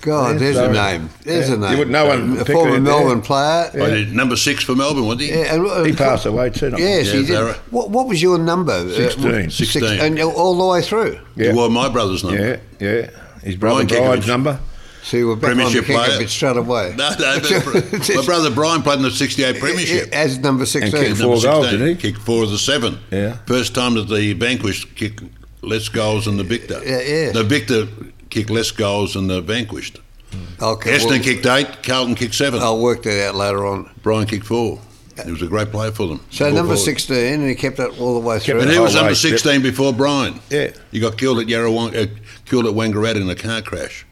Speaker 1: God, there's a
Speaker 3: Sorry.
Speaker 1: name. There's
Speaker 3: Yeah.
Speaker 1: a name.
Speaker 3: You wouldn't know one
Speaker 1: A
Speaker 3: particularly,
Speaker 1: former
Speaker 3: yeah.
Speaker 1: Melbourne player.
Speaker 2: I did number six for Melbourne, wasn't he?
Speaker 1: Yeah, and- uh,
Speaker 3: He passed away too. not-
Speaker 1: Yes,
Speaker 2: Yeah,
Speaker 1: he did.
Speaker 2: Barra.
Speaker 1: What, what was your number? Uh,
Speaker 3: 16.
Speaker 1: six-
Speaker 2: 16.
Speaker 1: and all the way through.
Speaker 2: He
Speaker 3: Yeah.
Speaker 2: wore my brother's number.
Speaker 3: Yeah, yeah. His brother
Speaker 2: Brian Kekovich.
Speaker 3: Brian's number.
Speaker 1: So you were back on the
Speaker 2: Premiership
Speaker 1: kick
Speaker 2: player.
Speaker 1: a bit straight away.
Speaker 2: No, no, but my brother Brian played in the 68 Premiership.
Speaker 1: As number 16.
Speaker 3: kicked four
Speaker 2: Number
Speaker 3: goals,
Speaker 2: 16,
Speaker 3: did he?
Speaker 2: Kicked four of the seven.
Speaker 3: Yeah.
Speaker 2: First time that the vanquished kicked less goals than the victor.
Speaker 1: Yeah, yeah.
Speaker 2: The victor kicked less goals than the vanquished.
Speaker 1: Okay,
Speaker 2: Eston
Speaker 1: well,
Speaker 2: kicked eight, Carlton kicked seven.
Speaker 1: I'll work that out later on.
Speaker 2: Brian kicked four. He was a great player for them.
Speaker 1: So
Speaker 2: Full
Speaker 1: number
Speaker 2: forward.
Speaker 1: 16, and he kept it all the way through.
Speaker 2: And
Speaker 3: it
Speaker 2: he
Speaker 3: Oh,
Speaker 2: was
Speaker 3: wait,
Speaker 2: number
Speaker 3: yep.
Speaker 2: 16 before Brian.
Speaker 3: Yeah.
Speaker 2: He got killed at Yarrawong, uh, killed at Wangaratta in a car crash.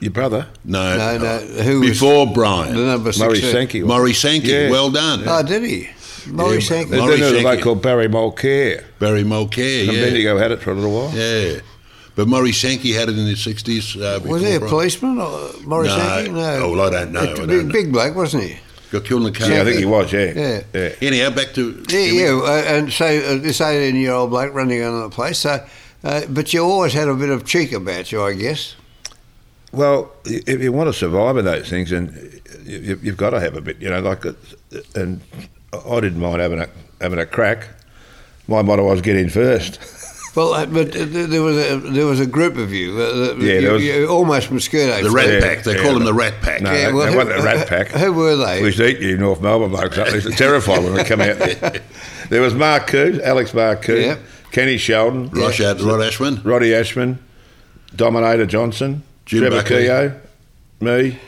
Speaker 3: Your brother.
Speaker 2: No, uh,
Speaker 1: No, no, who was-
Speaker 2: before
Speaker 1: the
Speaker 2: Brian?
Speaker 1: number 16.
Speaker 3: Murray Sankey.
Speaker 2: Murray Sankey.
Speaker 3: Yeah.
Speaker 2: Well done.
Speaker 1: Oh, did he? Murray
Speaker 2: Yeah,
Speaker 1: Sankey.
Speaker 3: Then
Speaker 2: Murray
Speaker 3: there was a bloke
Speaker 2: Sankey.
Speaker 3: called Barry Mulcair.
Speaker 2: Barry Mulcair.
Speaker 3: And
Speaker 2: Yeah.
Speaker 3: Bendigo had it for a little while.
Speaker 2: Yeah, but Murray Sankey had it in the sixties. Uh,
Speaker 1: Was
Speaker 2: before
Speaker 1: he a
Speaker 2: Brian.
Speaker 1: policeman, or Murray
Speaker 2: No.
Speaker 1: Sankey? No.
Speaker 2: Oh, well, I don't know.
Speaker 1: A
Speaker 2: I don't
Speaker 1: big,
Speaker 2: know.
Speaker 1: big bloke, wasn't he?
Speaker 2: Got killed in the car.
Speaker 3: Yeah, I think he was, yeah.
Speaker 1: Yeah.
Speaker 3: yeah.
Speaker 2: Anyhow, back to
Speaker 1: Yeah,
Speaker 2: here we-
Speaker 1: yeah. Uh, and so uh, this 18 year old bloke running around the place. So, uh, but you always had a bit of cheek about you, I guess.
Speaker 3: Well, i- if you want to survive in those things, and you- you- you've got to have a bit, you know. Like, it's- and I didn't mind having a having a crack. My motto was get in first.
Speaker 1: Well, uh, but uh, th- there was a there was a group of you. Uh,
Speaker 3: Yeah,
Speaker 1: you,
Speaker 3: there was-
Speaker 1: you almost Mosquito.
Speaker 2: the Rat
Speaker 3: Yeah,
Speaker 2: Pack. They
Speaker 3: yeah,
Speaker 2: call him
Speaker 3: but-
Speaker 2: the Rat Pack.
Speaker 3: No,
Speaker 1: Yeah,
Speaker 3: they-
Speaker 1: well,
Speaker 3: they
Speaker 1: who-
Speaker 3: weren't the
Speaker 1: who-
Speaker 3: rat pack.
Speaker 1: who were they?
Speaker 3: We used to eat you North Melbourne blokes. They used to terrify when we come out there. There was Mark Coos, Alex Mark Coos,
Speaker 1: Yep.
Speaker 3: Kenny Sheldon,
Speaker 2: Rosh Ad- Rod Ashwin.
Speaker 3: Roddy Ashman, Dominator Johnson,
Speaker 2: Jim
Speaker 3: Trevor
Speaker 2: Buckley.
Speaker 3: Keogh, me.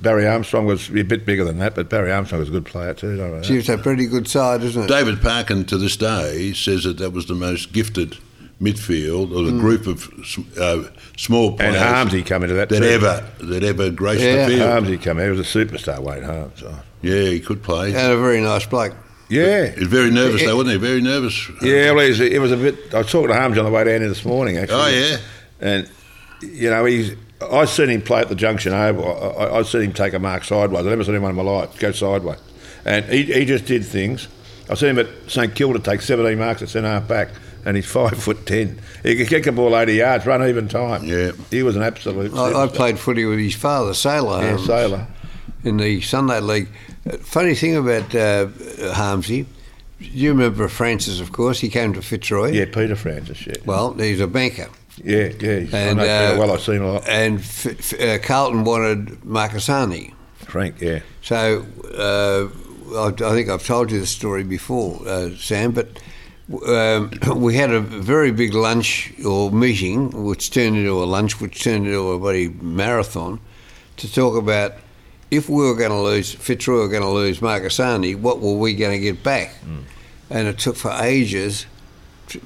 Speaker 3: Barry Armstrong was a bit bigger than that, but Barry Armstrong was a good player too. Don't I?
Speaker 1: She was a pretty good side, isn't it?
Speaker 2: David Parkin to this day says that that was the most gifted midfield or the group of s- uh, small
Speaker 3: And
Speaker 2: players
Speaker 3: Harmsy come into that
Speaker 2: that
Speaker 3: too.
Speaker 2: ever that ever graced
Speaker 1: Yeah.
Speaker 2: the field.
Speaker 3: Harmsy come in. He was a superstar, Wayne Harms. so.
Speaker 2: yeah, he could play.
Speaker 1: And a very nice bloke.
Speaker 3: Yeah.
Speaker 2: He was very nervous though, wasn't he? Very nervous.
Speaker 3: Eh, Yeah, well, he's, it was a bit. I was talking to Harms on the way down here this morning, actually.
Speaker 2: Oh, yeah.
Speaker 3: And you know, he's. I seen him play at the Junction Oval. I, I, I seen him take a mark sideways. I never seen anyone in my life go sideways, and he, he just did things. I seen him at St Kilda take 17 marks at centre half back, and he's five foot ten. He could kick a ball 80 yards, run even time.
Speaker 2: Yeah.
Speaker 3: he was an absolute.
Speaker 1: I, I
Speaker 3: superstar.
Speaker 1: played footy with his father, Sailor.
Speaker 3: Yeah,
Speaker 1: Holmes,
Speaker 3: Sailor.
Speaker 1: In the Sunday League. Uh, Funny thing about uh, Harmsy, you remember Francis, of course. He came to Fitzroy.
Speaker 3: Yeah, Peter Francis. Yeah,
Speaker 1: Well, he's a banker.
Speaker 3: yeah, yeah. he's- I
Speaker 1: And,
Speaker 3: know Peter
Speaker 1: uh,
Speaker 3: well, I've seen him a lot.
Speaker 1: And F- F- uh, Carlton wanted Marcasani.
Speaker 3: Frank. Yeah.
Speaker 1: So uh, I, I think I've told you the story before, uh, Sam, but um, we had a very big lunch or meeting, which turned into a lunch, which turned into a bloody marathon, to talk about if we were going to lose, Fitzroy were going to lose Marcasani, what were we going to get back?
Speaker 3: Mm.
Speaker 1: And it took for ages.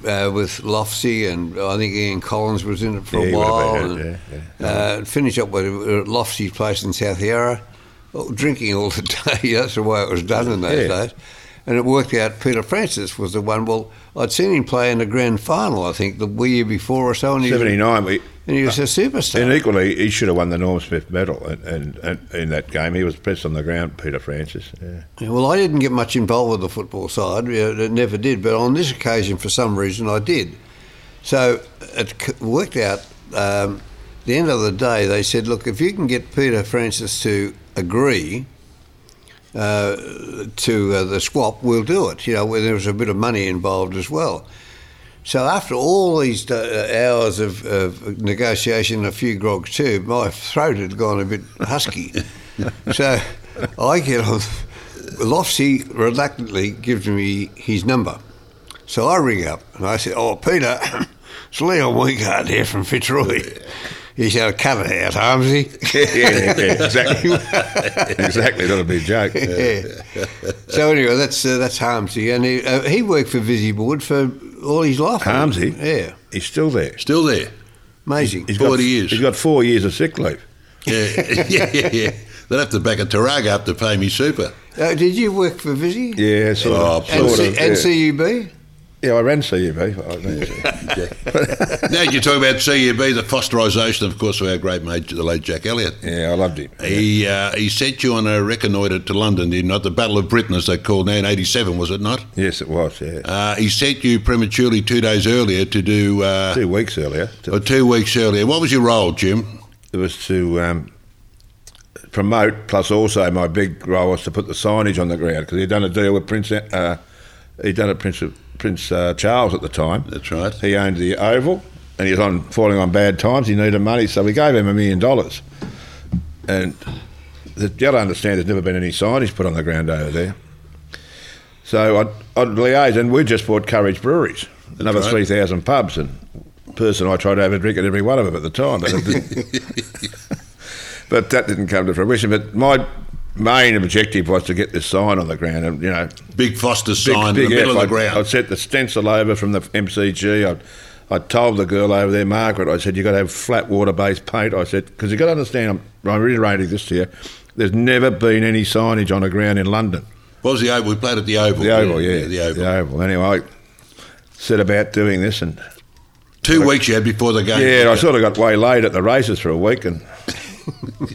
Speaker 1: Uh, with Lofsy and I think Ian Collins was in it for
Speaker 3: Yeah,
Speaker 1: a
Speaker 3: he would have
Speaker 1: while.
Speaker 3: been,
Speaker 1: and-
Speaker 3: yeah, yeah.
Speaker 1: uh, finish up with uh, at Lofty's place in South Yarra, oh, drinking all the day. That's the way it was done in those
Speaker 3: Yeah.
Speaker 1: days. And it worked out. Peter Francis was the one. Well, I'd seen him play in the grand final, I think, the year before or so. And he, was, and
Speaker 3: 79. We,
Speaker 1: he was a superstar.
Speaker 3: And equally, he should have won the Norm Smith medal and, and, and in that game. He was pressed on the ground, Peter Francis. Yeah.
Speaker 1: Well, I didn't get much involved with the football side. you know, It never did. But on this occasion, for some reason, I did. So it c- worked out. Um, the end of the day, they said, "Look, if you can get Peter Francis to agree uh, to uh, the swap, we'll do it." You know, where there was a bit of money involved as well. So after all these uh, hours of, of negotiation, and a few grogs too, my throat had gone a bit husky. so I get on. Lofsy reluctantly gives me his number. So I ring up and I said, Oh, Peter, it's Leon Wingard here from Fitzroy. He said, Cut it out, Harmsy.
Speaker 3: yeah, yeah, yeah, exactly. exactly, that'll be a joke.
Speaker 1: yeah. So anyway, that's uh, that's Harmsy. And he, uh, he worked for Busyboard for all his life.
Speaker 3: Harmsy?
Speaker 1: Yeah.
Speaker 3: He's still there.
Speaker 2: Still there.
Speaker 1: Amazing.
Speaker 3: He's
Speaker 2: 40
Speaker 3: got,
Speaker 2: years.
Speaker 3: He's got four years of sick leave.
Speaker 2: Yeah, yeah, yeah, yeah. They'll have to back a Taraga up to pay me super.
Speaker 1: Uh, did you work for Visi?
Speaker 3: Yeah, sort
Speaker 2: Oh,
Speaker 3: of.
Speaker 1: And,
Speaker 3: sort
Speaker 1: C-
Speaker 3: of,
Speaker 1: and
Speaker 3: yeah.
Speaker 1: CUB?
Speaker 3: Yeah, I ran CUB. I ran CUB.
Speaker 2: now you talk about CUB, the fosterisation, of course, of our great mate, the late Jack Elliott.
Speaker 3: yeah, I loved him.
Speaker 2: He uh, he sent you on a reconnoitre to London, did he not? The Battle of Britain, as they called now, in '87, was it not?
Speaker 3: Yes, it was, yeah.
Speaker 2: Uh, he sent you prematurely two days earlier to do, uh,
Speaker 3: Two weeks earlier.
Speaker 2: or two weeks earlier. What was your role, Jim?
Speaker 3: It was to um, promote, plus also my big role was to put the signage on the ground because he'd done a deal with Prince. Uh, he'd done a Prince of Prince uh, Charles at the time.
Speaker 2: That's right.
Speaker 3: He owned the Oval, and he was on falling on bad times. He needed money, so we gave him a million dollars. And the, you don't understand, there's never been any signage put on the ground over there. So I'd, I'd liaise, and we just bought Courage Breweries, another
Speaker 2: right.
Speaker 3: 3,000 pubs, and person I tried to have a drink at every one of them at the time. But, it didn't- but that didn't come to fruition. But my main objective was to get this sign on the ground, and, you know,
Speaker 2: Big Foster sign in the
Speaker 3: F.
Speaker 2: middle of
Speaker 3: I'd-
Speaker 2: the ground.
Speaker 3: I'd set the stencil over from the MCG. I'd, I told the girl over there, Margaret, I said, you've got to have flat water based paint. I said, because you've got to understand, I'm, I'm reiterating this to you, there's never been any signage on the ground in London.
Speaker 2: what was the Oval? We played at the Oval.
Speaker 3: The Oval, yeah.
Speaker 2: the Oval.
Speaker 3: Anyway, I set about doing this and.
Speaker 2: Two weeks you had before the game.
Speaker 3: Yeah, and I sort of got waylaid at the races for a week and.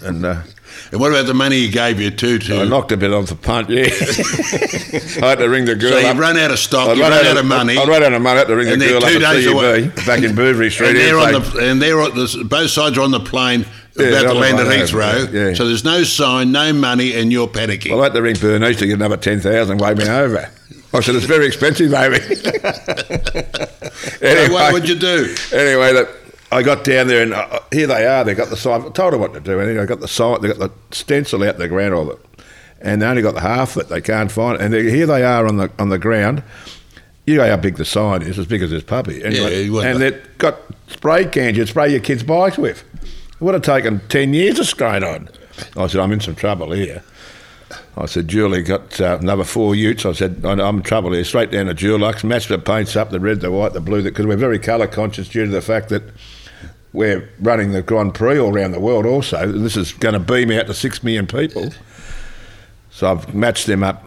Speaker 3: and uh,
Speaker 2: And what about the money he gave you too? To
Speaker 3: I knocked a bit on the punt, yeah. I had to ring the girl.
Speaker 2: so you
Speaker 3: up.
Speaker 2: run out of stock,
Speaker 3: I'd
Speaker 2: you run out, of money.
Speaker 3: I'd run out of money. I had to ring
Speaker 2: And
Speaker 3: the
Speaker 2: they're
Speaker 3: girl up
Speaker 2: two
Speaker 3: at
Speaker 2: days
Speaker 3: CUB
Speaker 2: away.
Speaker 3: back in Burberry Street.
Speaker 2: and they're on
Speaker 3: Airplane.
Speaker 2: the and they're on the, both sides are on the plane
Speaker 3: Yeah,
Speaker 2: about
Speaker 3: they're
Speaker 2: to
Speaker 3: on the
Speaker 2: land at
Speaker 3: plane,
Speaker 2: Heathrow.
Speaker 3: yeah, yeah.
Speaker 2: So there's no sign, no money, and you're panicking.
Speaker 3: Well, I had to ring Bernice to get another 10,000 way me over. I said, it's very expensive, baby.
Speaker 2: so what would you do?
Speaker 3: Anyway, look, I got down there and uh, here they are. They got the sign. I told them what to do. And I got the sign. They got the stencil out the ground of it, and they only got the half of it. They can't find it. And they, here they are on the on the ground. You know how big the sign is, as big as this puppy.
Speaker 2: Yeah,
Speaker 3: Anyway,
Speaker 2: you wouldn't
Speaker 3: and
Speaker 2: know.
Speaker 3: they've got spray cans you'd spray your kids' bikes with. It would have taken 10 years to skate on. I said, I'm in some trouble here. I said, Julie got uh, another four utes. I said, I- I'm in trouble here. Straight down to Dulux, match the paints up, the red, the white, the blue, because we're very colour conscious due to the fact that we're running the Grand Prix all around the world also. And this is going to beam out to six million people. So I've matched them up,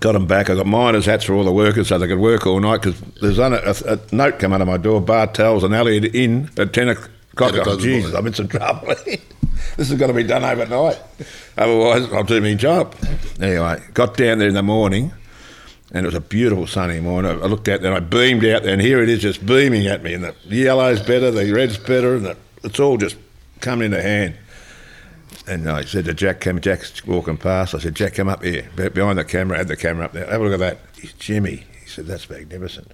Speaker 3: got them back. I got miners' hats for all the workers so they could work all night because there's un- a, a note come under my door, Bartels and Elliot in at 10 o'clock.
Speaker 2: o'clock in the
Speaker 3: Oh, Jesus,
Speaker 2: morning.
Speaker 3: I'm in some trouble. this is going to be done overnight. Otherwise, I'll do my job. Anyway, got down there in the morning and it was a beautiful sunny morning. I I looked out there and I beamed out there, and here it is just beaming at me. And the yellow's better, the red's better, and the, it's all just coming into hand. And I said to Jack, come, Jack's walking past. I said, Jack, come up here, Be- behind the camera, had the camera up there. Have a look at that. He's Jimmy. He said, that's magnificent.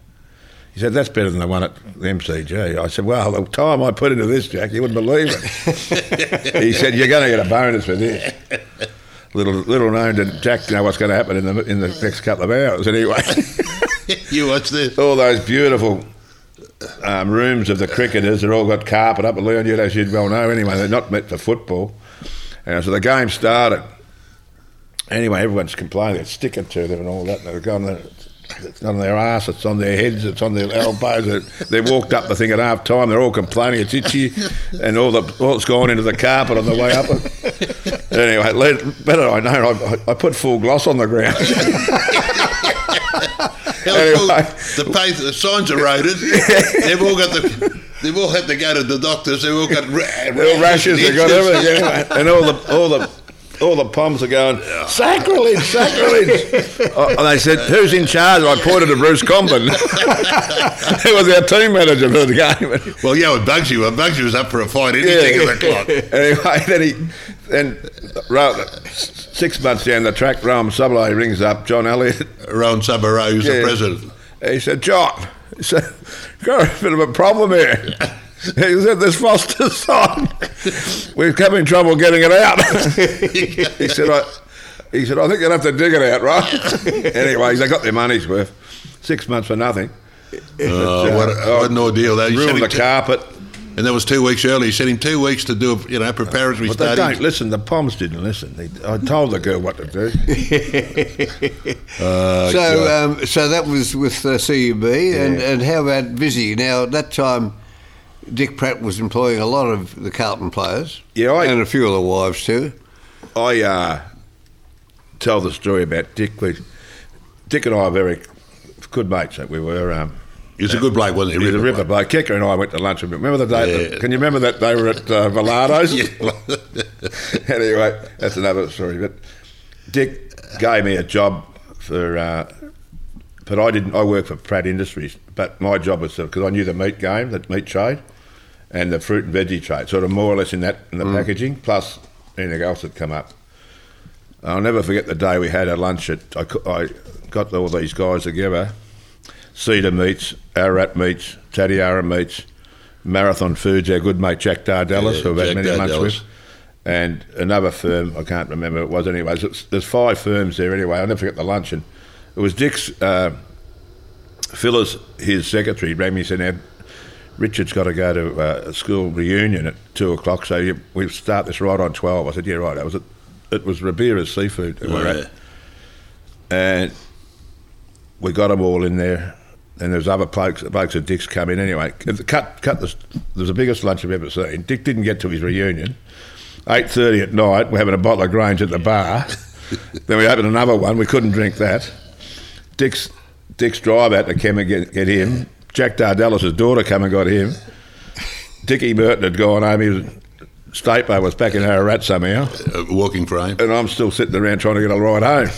Speaker 3: He said, that's better than the one at the MCG. I said, well, the time I put into this, Jack, you wouldn't believe it. he said, you're going to get a bonus for this. Little, little known to Jack, you know what's going to happen in the, in the next couple of hours anyway.
Speaker 2: you watch this.
Speaker 3: all those beautiful um, rooms of the cricketers. They're all got carpet up. Learned you, as you'd well know, anyway. They're not meant for football. And so the game started. Anyway, everyone's complaining. It's sticking to them and all that. They've gone. It's on their ass. It's on their heads. It's on their elbows. They- They walked up the thing at half time. They're all complaining. It's itchy, and all the all it's gone into the carpet on the way up. anyway, let, better I know. I, I put full gloss on the ground.
Speaker 2: Hell,
Speaker 3: Anyway.
Speaker 2: The, pace, the signs eroded. they've all got the. They've all had to go to the doctors. They've all got ra-
Speaker 3: Little rashes, they got everything anyway. And all the all the all the pumps are going sacrilege, sacrilege. Oh, and they said, "Who's in charge?" And I pointed to Bruce Comben. he was our team manager for the game.
Speaker 2: Well, yeah, with Bugsy, well, Bugsy was up for a fight.
Speaker 3: Yeah.
Speaker 2: Anything yeah. at the clock.
Speaker 3: anyway, then he then Ro- six months down the track, Rowan Sublay rings up John Elliott.
Speaker 2: Rowan Sabaro, who's the
Speaker 3: Yeah.
Speaker 2: president.
Speaker 3: He said, "John," he said, "got a bit of a problem here." He said, "There's Foster's on. We've come in trouble getting it out." he said, "I." He said, "I think they'll have to dig it out, right?" Anyways, they got their money's worth. Six months for nothing.
Speaker 2: Oh, what, a, what an ordeal! They
Speaker 3: Ruined the carpet.
Speaker 2: and that was two weeks early. He sent him two weeks to do, you know, preparatory
Speaker 3: But they
Speaker 2: studies.
Speaker 3: don't listen. The Poms didn't listen. They, I told the girl what to do.
Speaker 1: so, um, so that was with uh, CUB, and, and how about Vizzy? Now, at that time, Dick Pratt was employing a lot of the Carlton players,
Speaker 3: Yeah, I-
Speaker 1: and a few of the wives too.
Speaker 3: I uh, tell the story about Dick. We, Dick and I are very good mates that we were. Um,
Speaker 2: He was a good bloke, wasn't he?
Speaker 3: he was a
Speaker 2: River
Speaker 3: ripper bloke. Kicker and I went to lunch. with him. Remember the day?
Speaker 2: Yeah.
Speaker 3: Can you remember that they were at uh, Velardo's? anyway, that's another story. But Dick gave me a job for, uh, but I didn't. I worked for Pratt Industries, but my job was because I knew the meat game, the meat trade, and the fruit and veggie trade, sort of more or less in that in the
Speaker 2: Mm.
Speaker 3: packaging, plus anything else that come up. And I'll never forget the day we had a lunch at. I, co- I got all these guys together. Cedar Meats, Ararat Meats, Tatiara Meats, Marathon Foods, our good mate Jack Dardellis,
Speaker 2: Yeah,
Speaker 3: who I've had
Speaker 2: Jack
Speaker 3: many months
Speaker 2: Dardelis.
Speaker 3: with, and another firm, I can't remember what it was anyways. It's, there's five firms there anyway, I'll never forget the luncheon. It was Dick's, uh, Phyllis, his secretary, rang me and said, "Now, Richard's got to go to uh, a school reunion at two o'clock, so you, we start this right on 12. I said, yeah, right, that was it. It was Ribera's Seafood. that we were at
Speaker 2: Oh, Yeah.
Speaker 3: and we got them all in there. And there's other blokes, blokes and dicks come in anyway. Cut, cut. The, it was the biggest lunch I've ever seen. Dick didn't get to his reunion. Eight thirty at night, we're having a bottle of Grange at the bar. then we opened another one. We couldn't drink that. Dick's Dick's drive out to Kemmer get, get him. Jack Dardellis' daughter come and got him. Dickie Merton had gone home. He was, Stapo was back in Ararat somehow
Speaker 2: Uh, walking frame.
Speaker 3: and I'm still sitting around trying to get a ride home.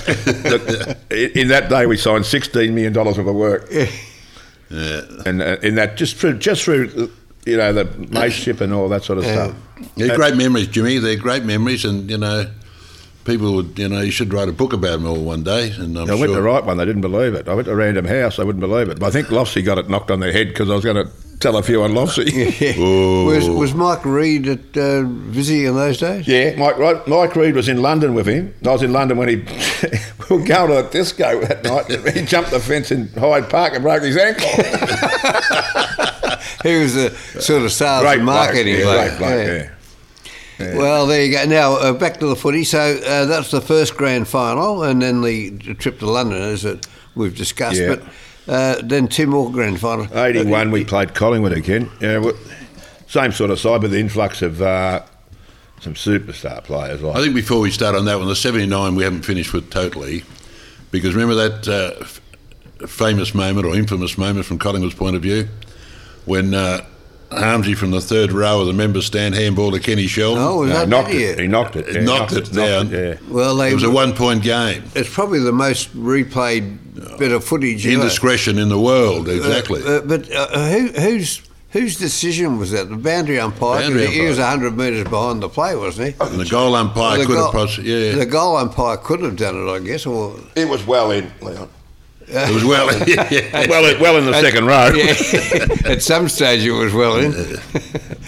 Speaker 3: But in in that day, we signed $16 million worth of work.
Speaker 2: Yeah.
Speaker 3: And uh, in that, just through, just through, uh, you know, the mateship and all that sort of stuff. uh,
Speaker 2: They're great memories, Jimmy. They're great memories, and you know, people would, you know, you should write a book about them all one day. And I'm
Speaker 3: I went
Speaker 2: sure
Speaker 3: to write one, they didn't believe it. I went to Random House, they wouldn't believe it. But I think Lofsy got it knocked on their head because I was going to tell a few on Lofsy.
Speaker 1: was, was Mike Reed at uh, Vizzy in those days?
Speaker 3: yeah, Mike, Rod- Mike Reed was in London with him. I was in London when he, we were going to a disco that night. He jumped the fence in Hyde Park and broke his ankle.
Speaker 1: He was a sort of sales
Speaker 3: Great
Speaker 1: and
Speaker 3: bloke,
Speaker 1: marketing
Speaker 3: yeah,
Speaker 1: bloke.
Speaker 3: Great bloke,
Speaker 1: yeah.
Speaker 3: yeah.
Speaker 1: Well, there you go. Now uh, back to the footy. So uh, that's the first grand final, and then the trip to London, as it, we've discussed.
Speaker 3: Yeah.
Speaker 1: But uh, then two more grand finals.
Speaker 3: 81, we played Collingwood again. Yeah, we- same sort of side, but the influx of uh, some superstar players. Like,
Speaker 2: I think before we start on that one, the 79 we haven't finished with totally, because remember that uh, f- famous moment or infamous moment from Collingwood's point of view when uh, Harmsy from the third row of the members stand handball to Kenny Sheldon.
Speaker 1: Oh, was
Speaker 3: No,
Speaker 1: that
Speaker 3: knocked
Speaker 1: that year?
Speaker 3: it. He knocked it.
Speaker 2: It knocked it down.
Speaker 3: yeah.
Speaker 1: Well, they,
Speaker 2: It was a one point game.
Speaker 1: it's probably the most replayed bit of footage. you know.
Speaker 2: Indiscretion in the world, exactly.
Speaker 1: Uh, but uh, who, whose whose decision was that? The boundary umpire. 'Cause
Speaker 2: Boundary
Speaker 1: he was
Speaker 2: umpire.
Speaker 1: hundred metres behind the play, wasn't he?
Speaker 2: and the goal umpire
Speaker 1: The
Speaker 2: could
Speaker 1: goal-
Speaker 2: have possibly. Yeah,
Speaker 1: The goal umpire could have done it, I guess. Or
Speaker 3: It was well in, Leon.
Speaker 2: it was well. yeah.
Speaker 3: Well, it, well in the second row.
Speaker 1: yeah, at some stage it was well in.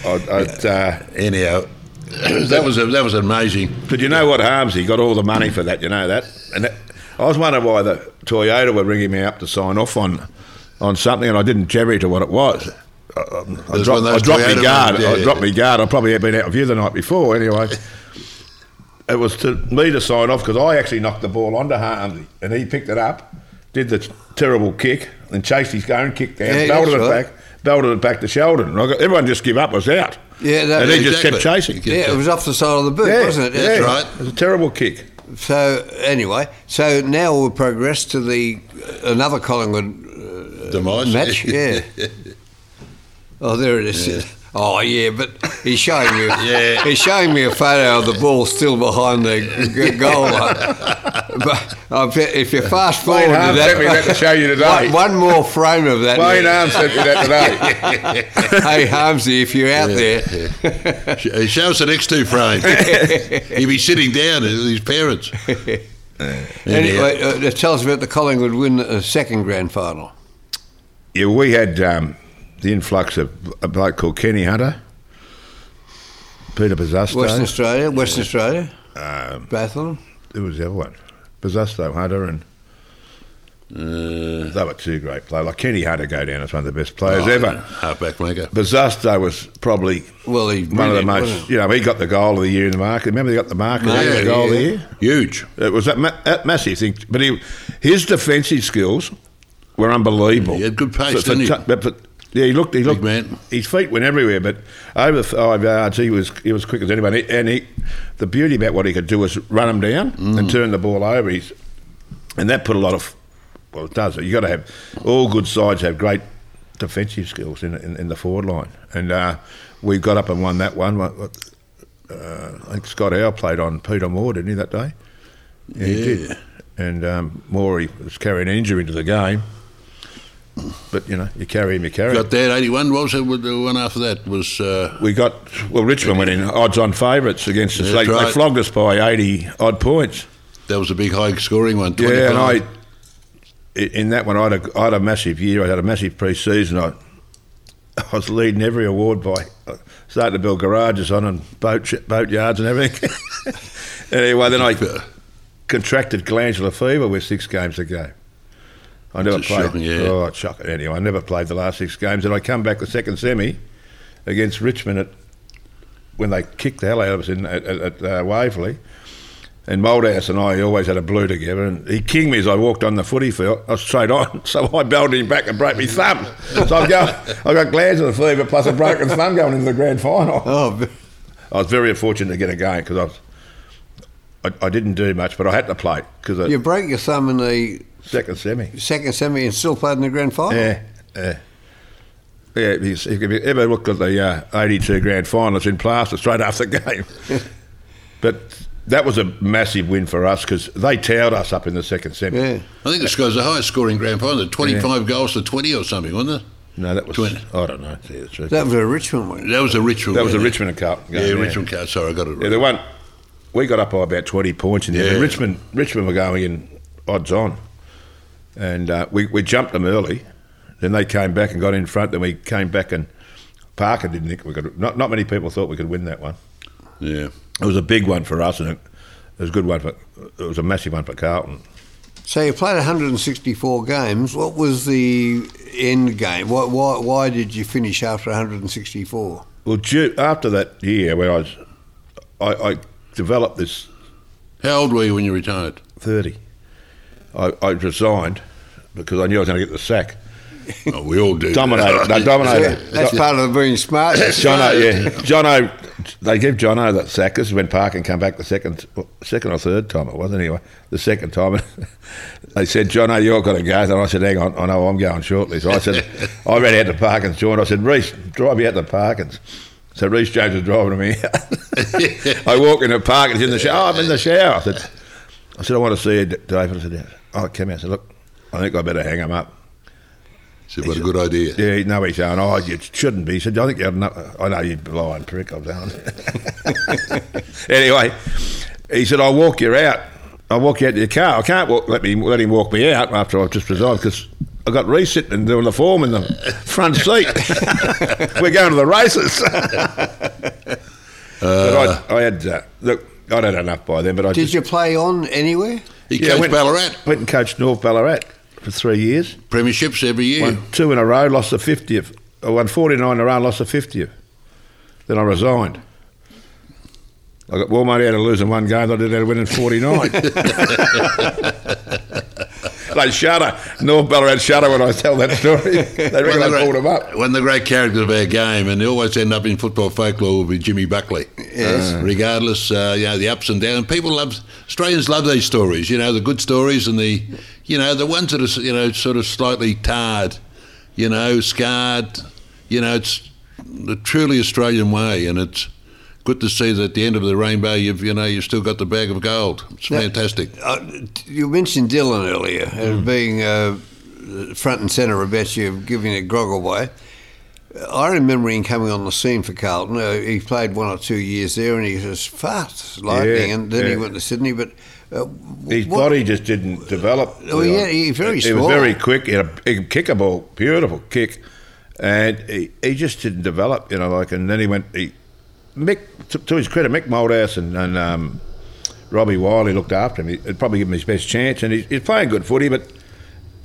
Speaker 3: I- I'd, uh,
Speaker 2: Anyhow, that was a, that was amazing.
Speaker 3: but you know what harms? He got all the money for that. You know that. And that, I was wondering why the Toyota were ringing me up to sign off on on something, and I didn't jerry to what it was. I, I- I
Speaker 2: There's
Speaker 3: dropped,
Speaker 2: one of
Speaker 3: I
Speaker 2: those
Speaker 3: dropped my
Speaker 2: Toyota
Speaker 3: guard.
Speaker 2: ones, yeah.
Speaker 3: I dropped my guard. I probably had been out of view the night before. Anyway, it was to me to sign off because I actually knocked the ball onto Harmsy and he picked it up, did the t- terrible kick, and chased his own kick down,
Speaker 1: Yeah,
Speaker 3: belted it
Speaker 1: that's right.
Speaker 3: back, belted it back to Sheldon. And I got, everyone just give up. I was out.
Speaker 1: Yeah, that-
Speaker 3: and he just
Speaker 2: Exactly.
Speaker 3: kept chasing.
Speaker 2: Yeah,
Speaker 1: Yeah, it was off the side of the boot, wasn't it?
Speaker 3: yeah.
Speaker 2: That's right.
Speaker 3: It was a terrible kick.
Speaker 1: So anyway, so now we'll progress to the another Collingwood uh,
Speaker 2: Demise.
Speaker 1: match. Yeah. oh, there it is. Oh yeah, but he's showing you.
Speaker 2: Yeah.
Speaker 1: He's showing me a photo of the ball still behind the g- goal. but I bet if you fast forward
Speaker 3: Wayne
Speaker 1: to
Speaker 3: Arm sent me that to
Speaker 1: that,
Speaker 3: show you today.
Speaker 1: one, one more frame of that.
Speaker 3: Wayne Arm sent me that today.
Speaker 1: hey Harmsy, if you're out there,
Speaker 2: Sh- He shows the next two frames. He'd be sitting down with his parents.
Speaker 1: anyway, uh, tell us about the Collingwood win, uh, second grand final.
Speaker 3: yeah, we had um, the influx of a bloke called Kenny Hunter, Peter
Speaker 1: Western
Speaker 3: Pizzusto.
Speaker 1: Australia, Western Australia,
Speaker 3: Um,
Speaker 1: both of them.
Speaker 3: who was the other one? Pizzusto, Hunter, and
Speaker 2: Uh,
Speaker 3: they were two great players. Like Kenny Hunter go down as one of the best players
Speaker 2: oh,
Speaker 3: ever.
Speaker 2: Halfback maker.
Speaker 3: Bazasto was probably
Speaker 1: Well, he
Speaker 3: one of the
Speaker 1: brilliant,
Speaker 3: most.
Speaker 1: wasn't
Speaker 3: You know, he got the goal of the year in the market. Remember, he got the market he got
Speaker 2: Yeah,
Speaker 3: the goal of the
Speaker 1: yeah.
Speaker 3: year.
Speaker 2: Huge.
Speaker 3: It was that, ma- that massive thing. But he, his defensive skills were unbelievable.
Speaker 2: He had good pace,
Speaker 3: For- for
Speaker 2: didn't he?
Speaker 3: tu- but, but, yeah, he looked. He looked.
Speaker 2: man.
Speaker 3: His feet went everywhere, but over five yards, he was he was quick as anyone. And he, the beauty about what he could do was run him down
Speaker 2: Mm.
Speaker 3: and turn the ball over. He's, and that put a lot of well, it does. You got to have all good sides have great defensive skills in in, in the forward line, and uh, we got up and won that one. What- what- Uh, I think Scott Howe played on Peter Moore, didn't he, that day? Yeah, he did. And um, Morey was carrying an injury into the game. But, you know, you carry him, you carry him.
Speaker 2: Got that 81. What was it? with The one after that was. Uh,
Speaker 3: We got, well, Richmond went in odds on favourites against us.
Speaker 2: That's
Speaker 3: they,
Speaker 2: right.
Speaker 3: they flogged us by 80 odd points.
Speaker 2: that was a big high scoring one.
Speaker 3: Yeah, and
Speaker 2: 25.
Speaker 3: I, i- in that one, I had a, I had a massive year. I had a massive pre season. I, I was leading every award by uh, starting to build garages on and boat, sh- boat yards and everything. anyway, then I contracted glandular fever with six games to go. I never
Speaker 2: It's
Speaker 3: played.
Speaker 2: shocking, yeah.
Speaker 3: Oh, it's shocking. Anyway, I never played the last six games, and I come back the second semi against Richmond at when they kicked the hell out of us in, at, at, at uh, Waverley. And Moldhouse and I always had a blue together, and he kinged me as I walked on the footy field. I was straight on, so I belted him back and broke my thumb. So I've got, I've got glandular fever plus a broken thumb going into the grand final.
Speaker 1: Oh, v-
Speaker 3: I was very fortunate to get a game because I, was- I, I didn't do much, but I had to play because
Speaker 1: you broke your thumb in the
Speaker 3: second semi.
Speaker 1: second semi and still played in the grand final.
Speaker 3: Yeah, yeah. Eh, Yeah, if you- if you ever looked at the uh, 82 grand finals in plaster straight after the game. but that was a massive win for us because they towed us up in the second semi.
Speaker 1: yeah.
Speaker 2: I think this guy's the highest scoring grand final. 25 goals to 20 or something, wasn't it?
Speaker 3: No, that was,
Speaker 2: Twin.
Speaker 3: I don't know. to tell you the truth.
Speaker 1: That was a Richmond one.
Speaker 2: That was a ritual.
Speaker 3: That was a
Speaker 2: wasn't it?
Speaker 3: Richmond Cup.
Speaker 2: Yeah,
Speaker 3: game,
Speaker 2: Richmond card. Sorry, I got it
Speaker 3: Yeah,
Speaker 2: right.
Speaker 3: the one we got up by about twenty points in the end.
Speaker 2: Yeah.
Speaker 3: Richmond, Richmond were going in odds on, and uh, we we jumped them early. Then they came back and got in front. Then we came back and Parker didn't think we could. Not not many people thought we could win that one.
Speaker 2: yeah.
Speaker 3: It was a big one for us, and it, it was a good one for. It was a massive one for Carlton.
Speaker 1: So you played 164 games. What was the end game? Why, why, why did you finish after 164?
Speaker 3: Well, due, after that year where I was, I, I developed this
Speaker 2: How old were you when you retired?
Speaker 3: 30. I, I resigned because I knew I was going to get the sack.
Speaker 2: Oh, we all do.
Speaker 3: Dominated. no, dominated.
Speaker 1: That's part of being smart.
Speaker 3: John O, yeah. John O, they give John O that sack. This is when Parkin come back the second second or third time it was, anyway. The second time. And they said, John O, you're got to go. And I said, hang on, I know I'm going shortly. So I said, I ran out to Parkin's joint. I said, Reese, drive me out to Parkin's. So Reese James was driving me out. I walk into Parkin's in the shower. Oh, I'm in the shower. I said, I said, I want to see you, D- Dave. I said, yeah. I came out and said, look, I think I better hang him up.
Speaker 2: Said, what a good idea.
Speaker 3: Yeah, he- no, he's saying, oh, you shouldn't be. He said, I think you had enough. I know you lying prick. I'm saying. anyway, he said, I'll walk you out. I'll walk you out to your car. I can't walk, let me let him walk me out after I've just resigned because I got re sitting and doing the form in the front seat. We're going to the races. but I, I had uh, look, I'd had enough by then. But I
Speaker 1: Did
Speaker 3: just,
Speaker 1: you play on anywhere?
Speaker 2: He
Speaker 3: Yeah,
Speaker 2: coached
Speaker 3: went-
Speaker 2: Ballarat.
Speaker 3: went and coached North Ballarat for three years.
Speaker 2: Premierships every year.
Speaker 3: Won two in a row, lost the 50th. I won 49 in a row, lost the 50th. Then I resigned. I got more money out of losing one game than I did out of winning 49. they shudder. North Ballarat shudder when I tell that story. They
Speaker 2: One
Speaker 3: reckon
Speaker 2: of the
Speaker 3: I
Speaker 2: great-
Speaker 3: pulled them up.
Speaker 2: One of the great characters of our game, and they always end up in football folklore, will be Jimmy Buckley.
Speaker 1: Yes.
Speaker 2: Uh, regardless, uh, you know, the ups and downs. People love, Australians love these stories, you know, the good stories and the, you know, the ones that are, you know, sort of slightly tarred, you know, scarred. You know, it's the truly Australian way, and it's good to see that at the end of the rainbow, you've, you know, you've still got the bag of gold. It's fantastic.
Speaker 1: Uh, you mentioned Dylan earlier
Speaker 3: Hmm.
Speaker 1: as being uh, front and centre about you giving a grog away. I remember him coming on the scene for Carlton. Uh, he played one or two years there, and he was fast as lightning.
Speaker 3: Yeah,
Speaker 1: and then he
Speaker 3: yeah.
Speaker 1: went to Sydney, but uh,
Speaker 3: His
Speaker 1: what-
Speaker 3: body just didn't develop.
Speaker 1: Oh, yeah, he's very
Speaker 3: he, He
Speaker 1: small.
Speaker 3: was very quick. He, had a, he could kick a ball, beautiful kick. and he, he just didn't develop, you know. Like, and then he went. He, Mick, to, to his credit, Mick Moldhouse and, and um, Robbie Wiley looked after him. He- It'd probably give him his best chance, and he, he's playing good footy, but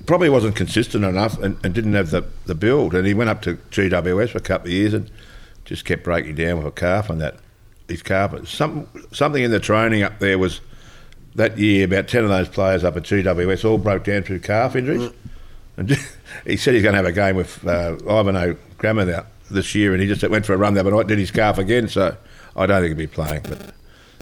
Speaker 3: probably wasn't consistent enough and, and didn't have the, the build. And he went up to GWS for a couple of years and just kept breaking down with a calf and that his calf. Some, something in the training up there was that year about ten of those players up at GWS all broke down through calf injuries.
Speaker 1: Mm.
Speaker 3: And he said he's going to have a game with uh, Ivano Grammer now this year, and he just went for a run the other night, did his calf again. So I don't think he'll be playing, but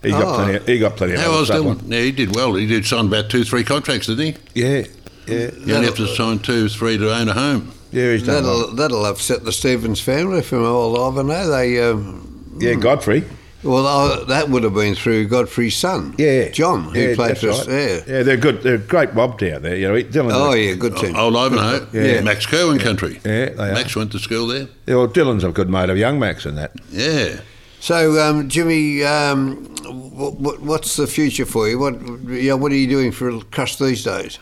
Speaker 3: he got
Speaker 1: Oh.
Speaker 3: plenty. Of, he got plenty. of
Speaker 2: How
Speaker 3: other
Speaker 2: was
Speaker 3: stuff
Speaker 2: Dylan?
Speaker 3: on.
Speaker 2: Yeah, he did well. He did sign about two, three contracts, didn't he?
Speaker 3: Yeah, yeah,
Speaker 2: You only have to sign two, three to own a home.
Speaker 3: yeah. He's done. well.
Speaker 1: That'll, that'll upset the Stevens family from all over now. They, um,
Speaker 3: Yeah, Godfrey.
Speaker 1: well, uh, that would have been through Godfrey's son,
Speaker 3: Yeah,
Speaker 1: John, who
Speaker 3: Yeah,
Speaker 1: played
Speaker 3: that's
Speaker 1: for us.
Speaker 3: right.
Speaker 1: Yeah.
Speaker 3: yeah, they're good. They're great mob down there. You know, Dylan.
Speaker 1: Oh, yeah, good team.
Speaker 2: Old Ivanhoe,
Speaker 3: Yeah.
Speaker 2: Max Kerwin country.
Speaker 3: Yeah, they are.
Speaker 2: Max went to school there.
Speaker 3: Yeah, well, Dylan's a good mate of young Max and that.
Speaker 2: Yeah.
Speaker 1: So, um, Jimmy, um, w- w- what's the future for you? What, you know, what are you doing for Crush these days?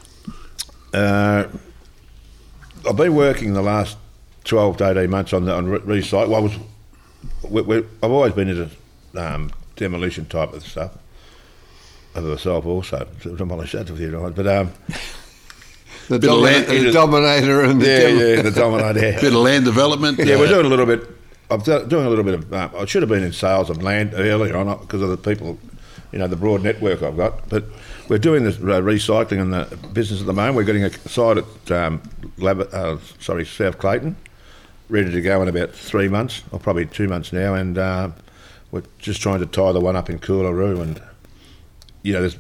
Speaker 3: Uh, I've been working the last 12 to 18 months on the on re- resite. Well, I was, we, we, I've always been into um, demolition type of stuff. Of myself also to demolish that if you don't mind. But um,
Speaker 1: The,
Speaker 2: Bit of
Speaker 1: domi-
Speaker 2: land-
Speaker 1: the dominator and the
Speaker 3: yeah,
Speaker 1: Dem-
Speaker 3: yeah, the dominator. Yeah.
Speaker 2: Bit of land development.
Speaker 3: Yeah,
Speaker 2: Uh,
Speaker 3: we're doing a little bit. I'm do- doing a little bit of. Um, I should have been in sales of land earlier on because of the people, you know, the broad network I've got. But we're doing this uh, recycling and the business at the moment. We're getting a site at um, Lab- uh, sorry South Clayton, ready to go in about three months or probably two months now, and um, we're just trying to tie the one up in Coolaroo and you know, there's,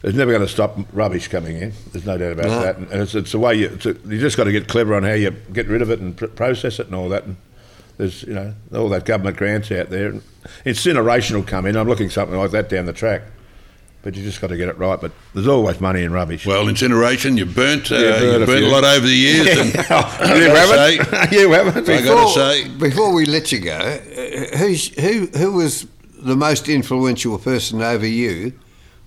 Speaker 3: there's never going to stop rubbish coming in. There's no doubt about
Speaker 1: No.
Speaker 3: that. And it's, it's the way you, it's a, you just got to get clever on how you get rid of it and pr- process it and all that. And there's, you know, all that government grants out there. And incineration will come in. I'm looking something like that down the track. But you just got to get it right. But there's always money in rubbish.
Speaker 2: Well, incineration, you burnt, uh,
Speaker 3: burnt
Speaker 2: you
Speaker 3: a
Speaker 2: burnt a
Speaker 3: few.
Speaker 2: lot over the years. And
Speaker 3: you
Speaker 2: I gotta
Speaker 3: haven't. you haven't.
Speaker 2: I gotta
Speaker 1: Before-
Speaker 2: say-
Speaker 1: Before we let you go, uh, who's, who, who was the most influential person over you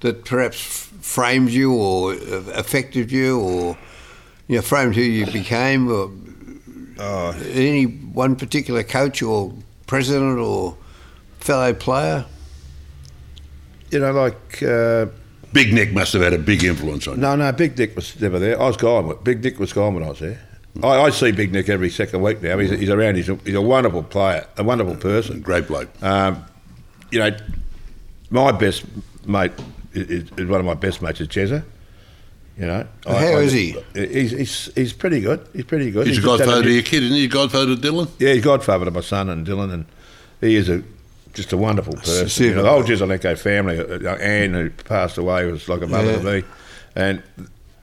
Speaker 1: that perhaps framed you or uh, affected you or you know, framed who you became? Or
Speaker 2: Oh.
Speaker 1: Any one particular coach or president or fellow player?
Speaker 3: You know, like. Uh,
Speaker 2: Big Nick must have had a big influence on you.
Speaker 3: No, no, Big Nick was never there. I was gone. when- Big Nick was gone when I was there. I, I see Big Nick every second week now. He's, he's around. He's a, he's a wonderful player, a wonderful person.
Speaker 2: Great bloke.
Speaker 3: Um, you know, my best mate is, is one of my best mates is Jezza. You know,
Speaker 1: How is he?
Speaker 3: He's, he's he's pretty good. He's pretty good.
Speaker 2: He's a
Speaker 3: just had
Speaker 2: godfather to
Speaker 3: bit-
Speaker 2: your kid, isn't he? Godfather to Dylan?
Speaker 3: yeah, he's godfather to my son and Dylan, and he is a just a wonderful person.
Speaker 1: Super.
Speaker 3: You know, the whole Gisolenko family, uh, uh, Anne, who passed away, was like a mother to me, and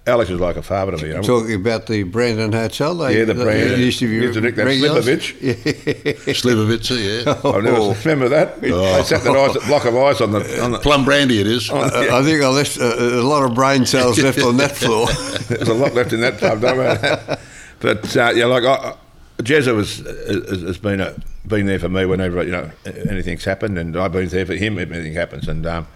Speaker 3: Alex is like a father to me. you know.
Speaker 1: Talking about the Brandon Hotel. They,
Speaker 3: Yeah, the
Speaker 1: they
Speaker 3: Brandon.
Speaker 1: used to be
Speaker 3: Used to nick that
Speaker 1: regulars.
Speaker 2: Slivovitz, yeah.
Speaker 3: I never remember that. They set that ice, block of ice on the. On the
Speaker 2: Plum brandy it is.
Speaker 3: Oh.
Speaker 1: I- I think I left uh, a, a lot of brain cells left on that floor.
Speaker 3: there's a lot left in that pub, don't worry. But uh, yeah, like I, I- Jezza was has, has been a, been there for me whenever you know anything's happened, and I've been there for him if anything happens, and um,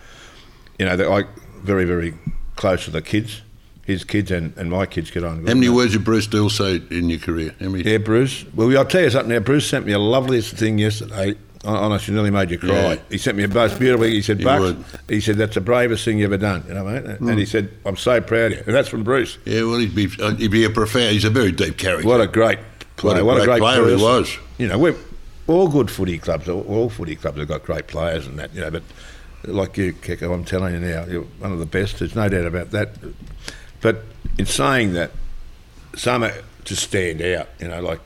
Speaker 3: you know they're like very very close to the kids, his kids and, and my kids get on. good.
Speaker 2: How many words did Bruce Dill say in your career? How many?
Speaker 3: Yeah, Bruce. Well, I'll tell you something now. Bruce sent me a loveliest thing yesterday. Hon- Honest, you nearly made you cry.
Speaker 2: Yeah.
Speaker 3: He sent me a most beautiful. He said,
Speaker 2: He
Speaker 3: "Bucks."
Speaker 2: would. Hmm.
Speaker 3: He said, "That's the bravest thing you ever done." You know, mate. And he said, "I'm so proud of you." And that's from Bruce.
Speaker 2: Yeah, well, he'd be, uh, he'd be a profound. He's a very deep character.
Speaker 3: What a great player! What a great,
Speaker 2: player
Speaker 3: person.
Speaker 2: he was.
Speaker 3: You know, we're all good footy clubs. All, all footy clubs have got great players and that. You know, but like you, Keko, I'm telling you now, you're one of the best. There's no doubt about that. But in saying that, some are just stand out. You know, like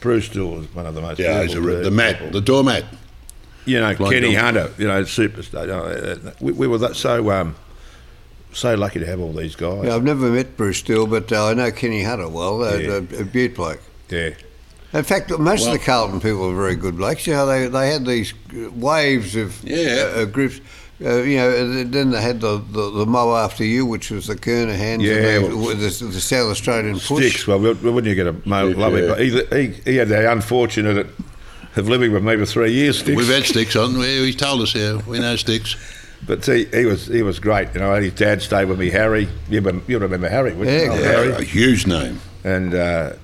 Speaker 3: Bruce Dill was one of the most.
Speaker 2: Yeah, he's a,
Speaker 3: valuable
Speaker 2: the mat, the doormat.
Speaker 3: you know,
Speaker 2: Blind
Speaker 3: Kenny
Speaker 2: Bill.
Speaker 3: Hunter, you know, superstar. You know, uh, we, we were that, so um, so lucky to have all these guys.
Speaker 1: Yeah, I've never met Bruce Steele, but uh, I know Kenny Hunter well, a,
Speaker 3: Yeah.
Speaker 1: a, a beaut bloke.
Speaker 3: yeah.
Speaker 1: In fact, most
Speaker 2: Well-
Speaker 1: of the Carlton people are very good blokes. You know, they, they had these waves of
Speaker 2: Yeah.
Speaker 1: uh, uh, groups. Uh, you know, and then they had the, the, the mow after you, which was the Kernahans,
Speaker 3: Yeah,
Speaker 1: and they,
Speaker 3: well,
Speaker 1: with the, the South Australian
Speaker 3: Sticks.
Speaker 1: push.
Speaker 3: Well, we- we- wouldn't you get a mo- lovely?
Speaker 2: yeah.
Speaker 3: But he, he, he had the unfortunate of- of living with me for three years. Sticks.
Speaker 2: We've had sticks on. We- He told us how. We know sticks.
Speaker 3: but see, he was he was great. You know, and his dad stayed with me, Harry. You remember, you remember Harry? wouldn't you?
Speaker 1: Yeah,
Speaker 3: Oh,
Speaker 1: yeah.
Speaker 2: A huge name.
Speaker 3: And uh,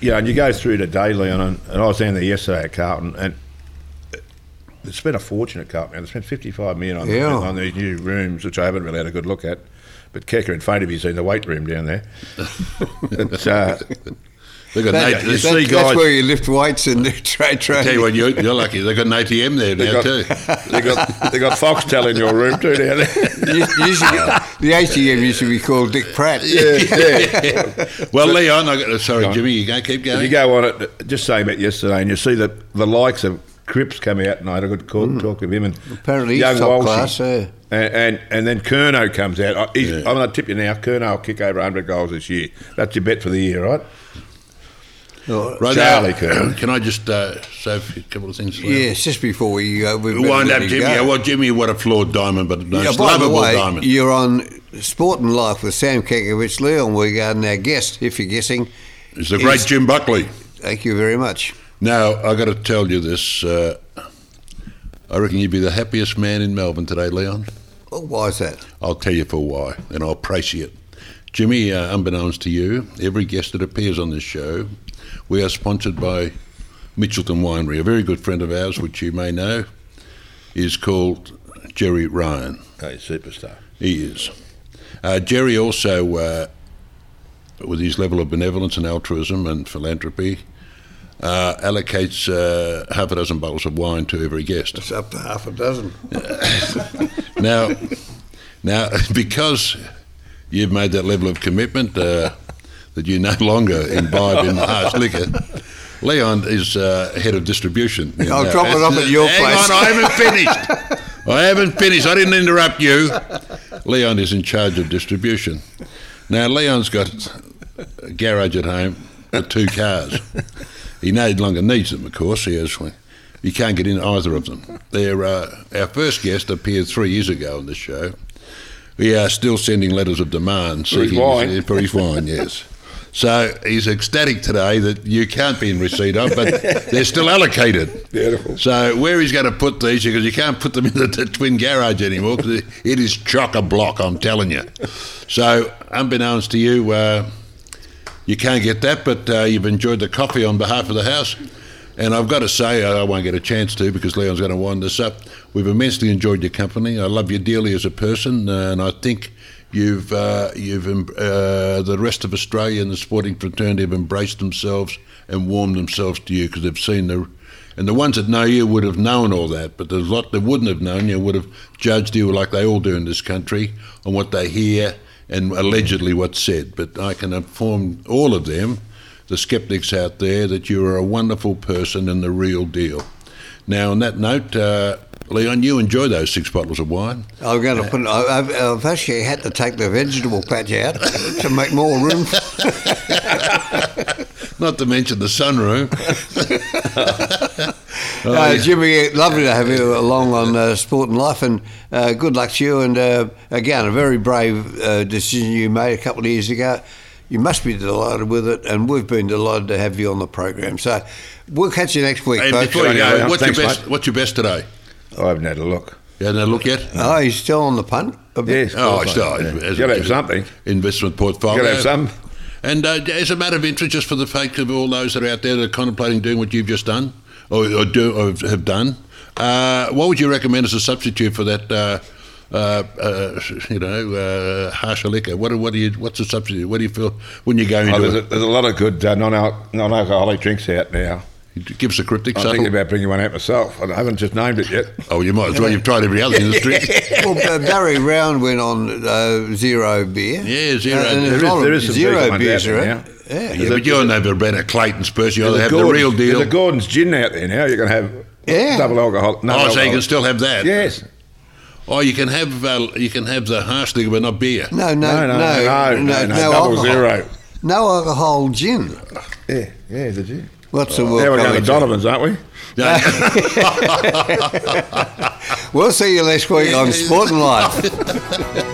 Speaker 3: you know, and you go through today, Leon, and, and I was down there yesterday at Carlton, and they spent a fortune at Carlton. They spent 55 million on,
Speaker 1: Yeah.
Speaker 3: on these new rooms, which I haven't really had a good look at. But Kecker and Fainterby's in the weight room down there. it's, uh,
Speaker 2: They've got
Speaker 1: That-
Speaker 2: an AT-
Speaker 3: you
Speaker 1: that-
Speaker 3: see guys-
Speaker 1: that's where you lift weights and do tra-
Speaker 2: Tell you
Speaker 1: training.
Speaker 2: what, you're, you're lucky. They've got an ATM there
Speaker 3: they,
Speaker 2: now
Speaker 3: got,
Speaker 2: too.
Speaker 3: they got they got Foxtel in your room too down there.
Speaker 1: You- you should- the ATM used to be called Dick Pratt.
Speaker 2: well, Leon, I got, uh, sorry, Jimmy, you go. Keep going.
Speaker 3: you go on it, just saying about yesterday, and you see the, the likes of Cripps come out, and I had a good call, talk with him. And
Speaker 1: Hmm. Apparently he's
Speaker 3: young
Speaker 1: top
Speaker 3: Walshy.
Speaker 1: class, yeah.
Speaker 3: And, and and then Kerno comes out. I, he's,
Speaker 2: Yeah.
Speaker 3: I'm going to tip you now. Kerno will kick over 100 goals this year. That's your bet for the year, right?
Speaker 1: Oh,
Speaker 2: Right
Speaker 3: Charlie
Speaker 2: now,
Speaker 3: Kerr.
Speaker 2: can I just uh, say a few- couple of things? Leon?
Speaker 1: Yes, just before we go, we
Speaker 2: We wind up, Jimmy. Yeah, well, Jimmy, what a flawed diamond, but no,
Speaker 1: Yeah,
Speaker 2: it's
Speaker 1: by the
Speaker 2: lovable
Speaker 1: way,
Speaker 2: diamond.
Speaker 1: you're on Sport and Life with Sam Kekovich, Leon Wiegard, and our guest, if you're guessing.
Speaker 2: it's the great
Speaker 1: is-
Speaker 2: Jim Buckley.
Speaker 1: Thank you very much.
Speaker 2: Now, i got to tell you this. Uh, I reckon you'd be the happiest man in Melbourne today, Leon.
Speaker 1: Oh, why is that?
Speaker 2: I'll tell you for why, and I'll praise you. Jimmy, uh, unbeknownst to you, every guest that appears on this show, we are sponsored by Mitchelton Winery. A very good friend of ours, which you may know, is called Jerry Ryan.
Speaker 3: Hey, Oh, superstar.
Speaker 2: He is. Uh, Jerry also, uh, with his level of benevolence and altruism and philanthropy, uh, allocates uh, half a dozen bottles of wine to every guest.
Speaker 1: It's up to half a dozen.
Speaker 2: now, now, because you've made that level of commitment uh, that you no longer imbibe in harsh liquor, Leon is uh, head of distribution. in,
Speaker 1: I'll
Speaker 2: uh,
Speaker 1: drop it off at your
Speaker 2: Hang
Speaker 1: place.
Speaker 2: on, I haven't finished. I haven't finished. I didn't interrupt you. Leon is in charge of distribution. Now, Leon's got a garage at home with two cars. He no longer needs them, of course. He has. He can't get in either of them. They're, uh, our first guest appeared three years ago on the show. We are still sending letters of demand
Speaker 3: For his
Speaker 2: seeking-
Speaker 3: wine.
Speaker 2: For his wine, yes. So he's ecstatic today that you can't be in receipt of, but they're still allocated.
Speaker 3: Beautiful.
Speaker 2: So where he's going to put these, because you can't put them in the, the twin garage anymore, because it is chock a block, I'm telling you. So unbeknownst to you, uh, you can't get that, but uh, you've enjoyed the coffee on behalf of the house. And I've got to say, I won't get a chance to because Leon's going to wind this up. We've immensely enjoyed your company. I love you dearly as a person, uh, and I think you've uh, you've em- uh, the rest of Australia and the sporting fraternity have embraced themselves and warmed themselves to you because they've seen the and the ones that know you would have known all that, but there's a lot that wouldn't have known you would have judged you like they all do in this country on what they hear and allegedly what's said. But I can inform all of them, the skeptics out there, that you are a wonderful person and the real deal. Now, on that note, uh, Leon, you enjoy those six bottles of wine.
Speaker 1: I'm going to put. I- I've, I've actually had to take the vegetable patch out to make more room.
Speaker 2: Not to mention the sunroom.
Speaker 3: Oh,
Speaker 1: Uh, Jimmy, lovely to have you along on uh, Sport and Life, and uh, good luck to you. And uh, again, a very brave uh, decision you made a couple of years ago. You must be delighted with it, and we've been delighted to have you on the program. So we'll catch you next week,
Speaker 2: and
Speaker 1: folks.
Speaker 2: before you
Speaker 3: Leon.
Speaker 2: go, what's,
Speaker 3: Thanks,
Speaker 2: your best,
Speaker 3: mate.
Speaker 2: what's your best today?
Speaker 3: I haven't had a look.
Speaker 2: You had a look yet?
Speaker 1: Oh, he's still on the punt. A bit.
Speaker 3: Yes.
Speaker 2: Oh, it's
Speaker 3: it's
Speaker 2: not.
Speaker 3: You got to have something.
Speaker 2: Investment portfolio.
Speaker 3: Gotta have some.
Speaker 2: And uh, as a matter of interest, just for the sake of all those that are out there that are contemplating doing what you've just done, or, or do or have done, uh, what would you recommend as a substitute for that? Uh, uh, uh, you know, uh, harsher liquor. What, do- what do you? What's the substitute? What do you feel when you go
Speaker 3: Oh,
Speaker 2: into
Speaker 3: there's, a,
Speaker 2: it?
Speaker 3: there's a lot of good uh, non-al- non-alcoholic drinks out now.
Speaker 2: Give us a cryptic.
Speaker 3: I'm
Speaker 2: subtle-
Speaker 3: thinking about bringing one out myself. I haven't just named it yet.
Speaker 2: oh, you might as well. You've tried every other industry.
Speaker 1: well, uh, Barry Round went on uh, zero beer. Uh,
Speaker 2: Yeah, zero
Speaker 1: And
Speaker 2: beer.
Speaker 1: there's a lot of
Speaker 3: There is some decent
Speaker 1: zero
Speaker 3: ones
Speaker 1: beers
Speaker 3: out there
Speaker 1: around.
Speaker 3: now.
Speaker 1: Yeah.
Speaker 2: yeah, but you're never been a Clayton's person. You
Speaker 3: There's
Speaker 2: either
Speaker 3: a
Speaker 2: have the
Speaker 3: Gordon-
Speaker 2: real deal.
Speaker 3: There's a Gordon's gin out there now. You can have
Speaker 1: Yeah.
Speaker 3: double alcohol. No
Speaker 2: oh, so you
Speaker 3: alcohol.
Speaker 2: can still have that.
Speaker 3: Yes.
Speaker 2: Oh, you can have uh, you can have the harsh liquor, but not beer.
Speaker 1: No, no,
Speaker 3: No,
Speaker 1: no,
Speaker 3: no, no, no, no, double
Speaker 1: alcohol.
Speaker 3: zero.
Speaker 1: No alcohol gin.
Speaker 3: Yeah, yeah, the gin.
Speaker 1: What's the
Speaker 3: Now
Speaker 1: word?
Speaker 3: we're going to Donovan's, aren't we?
Speaker 2: No.
Speaker 1: We'll see you next week on Sport and Life.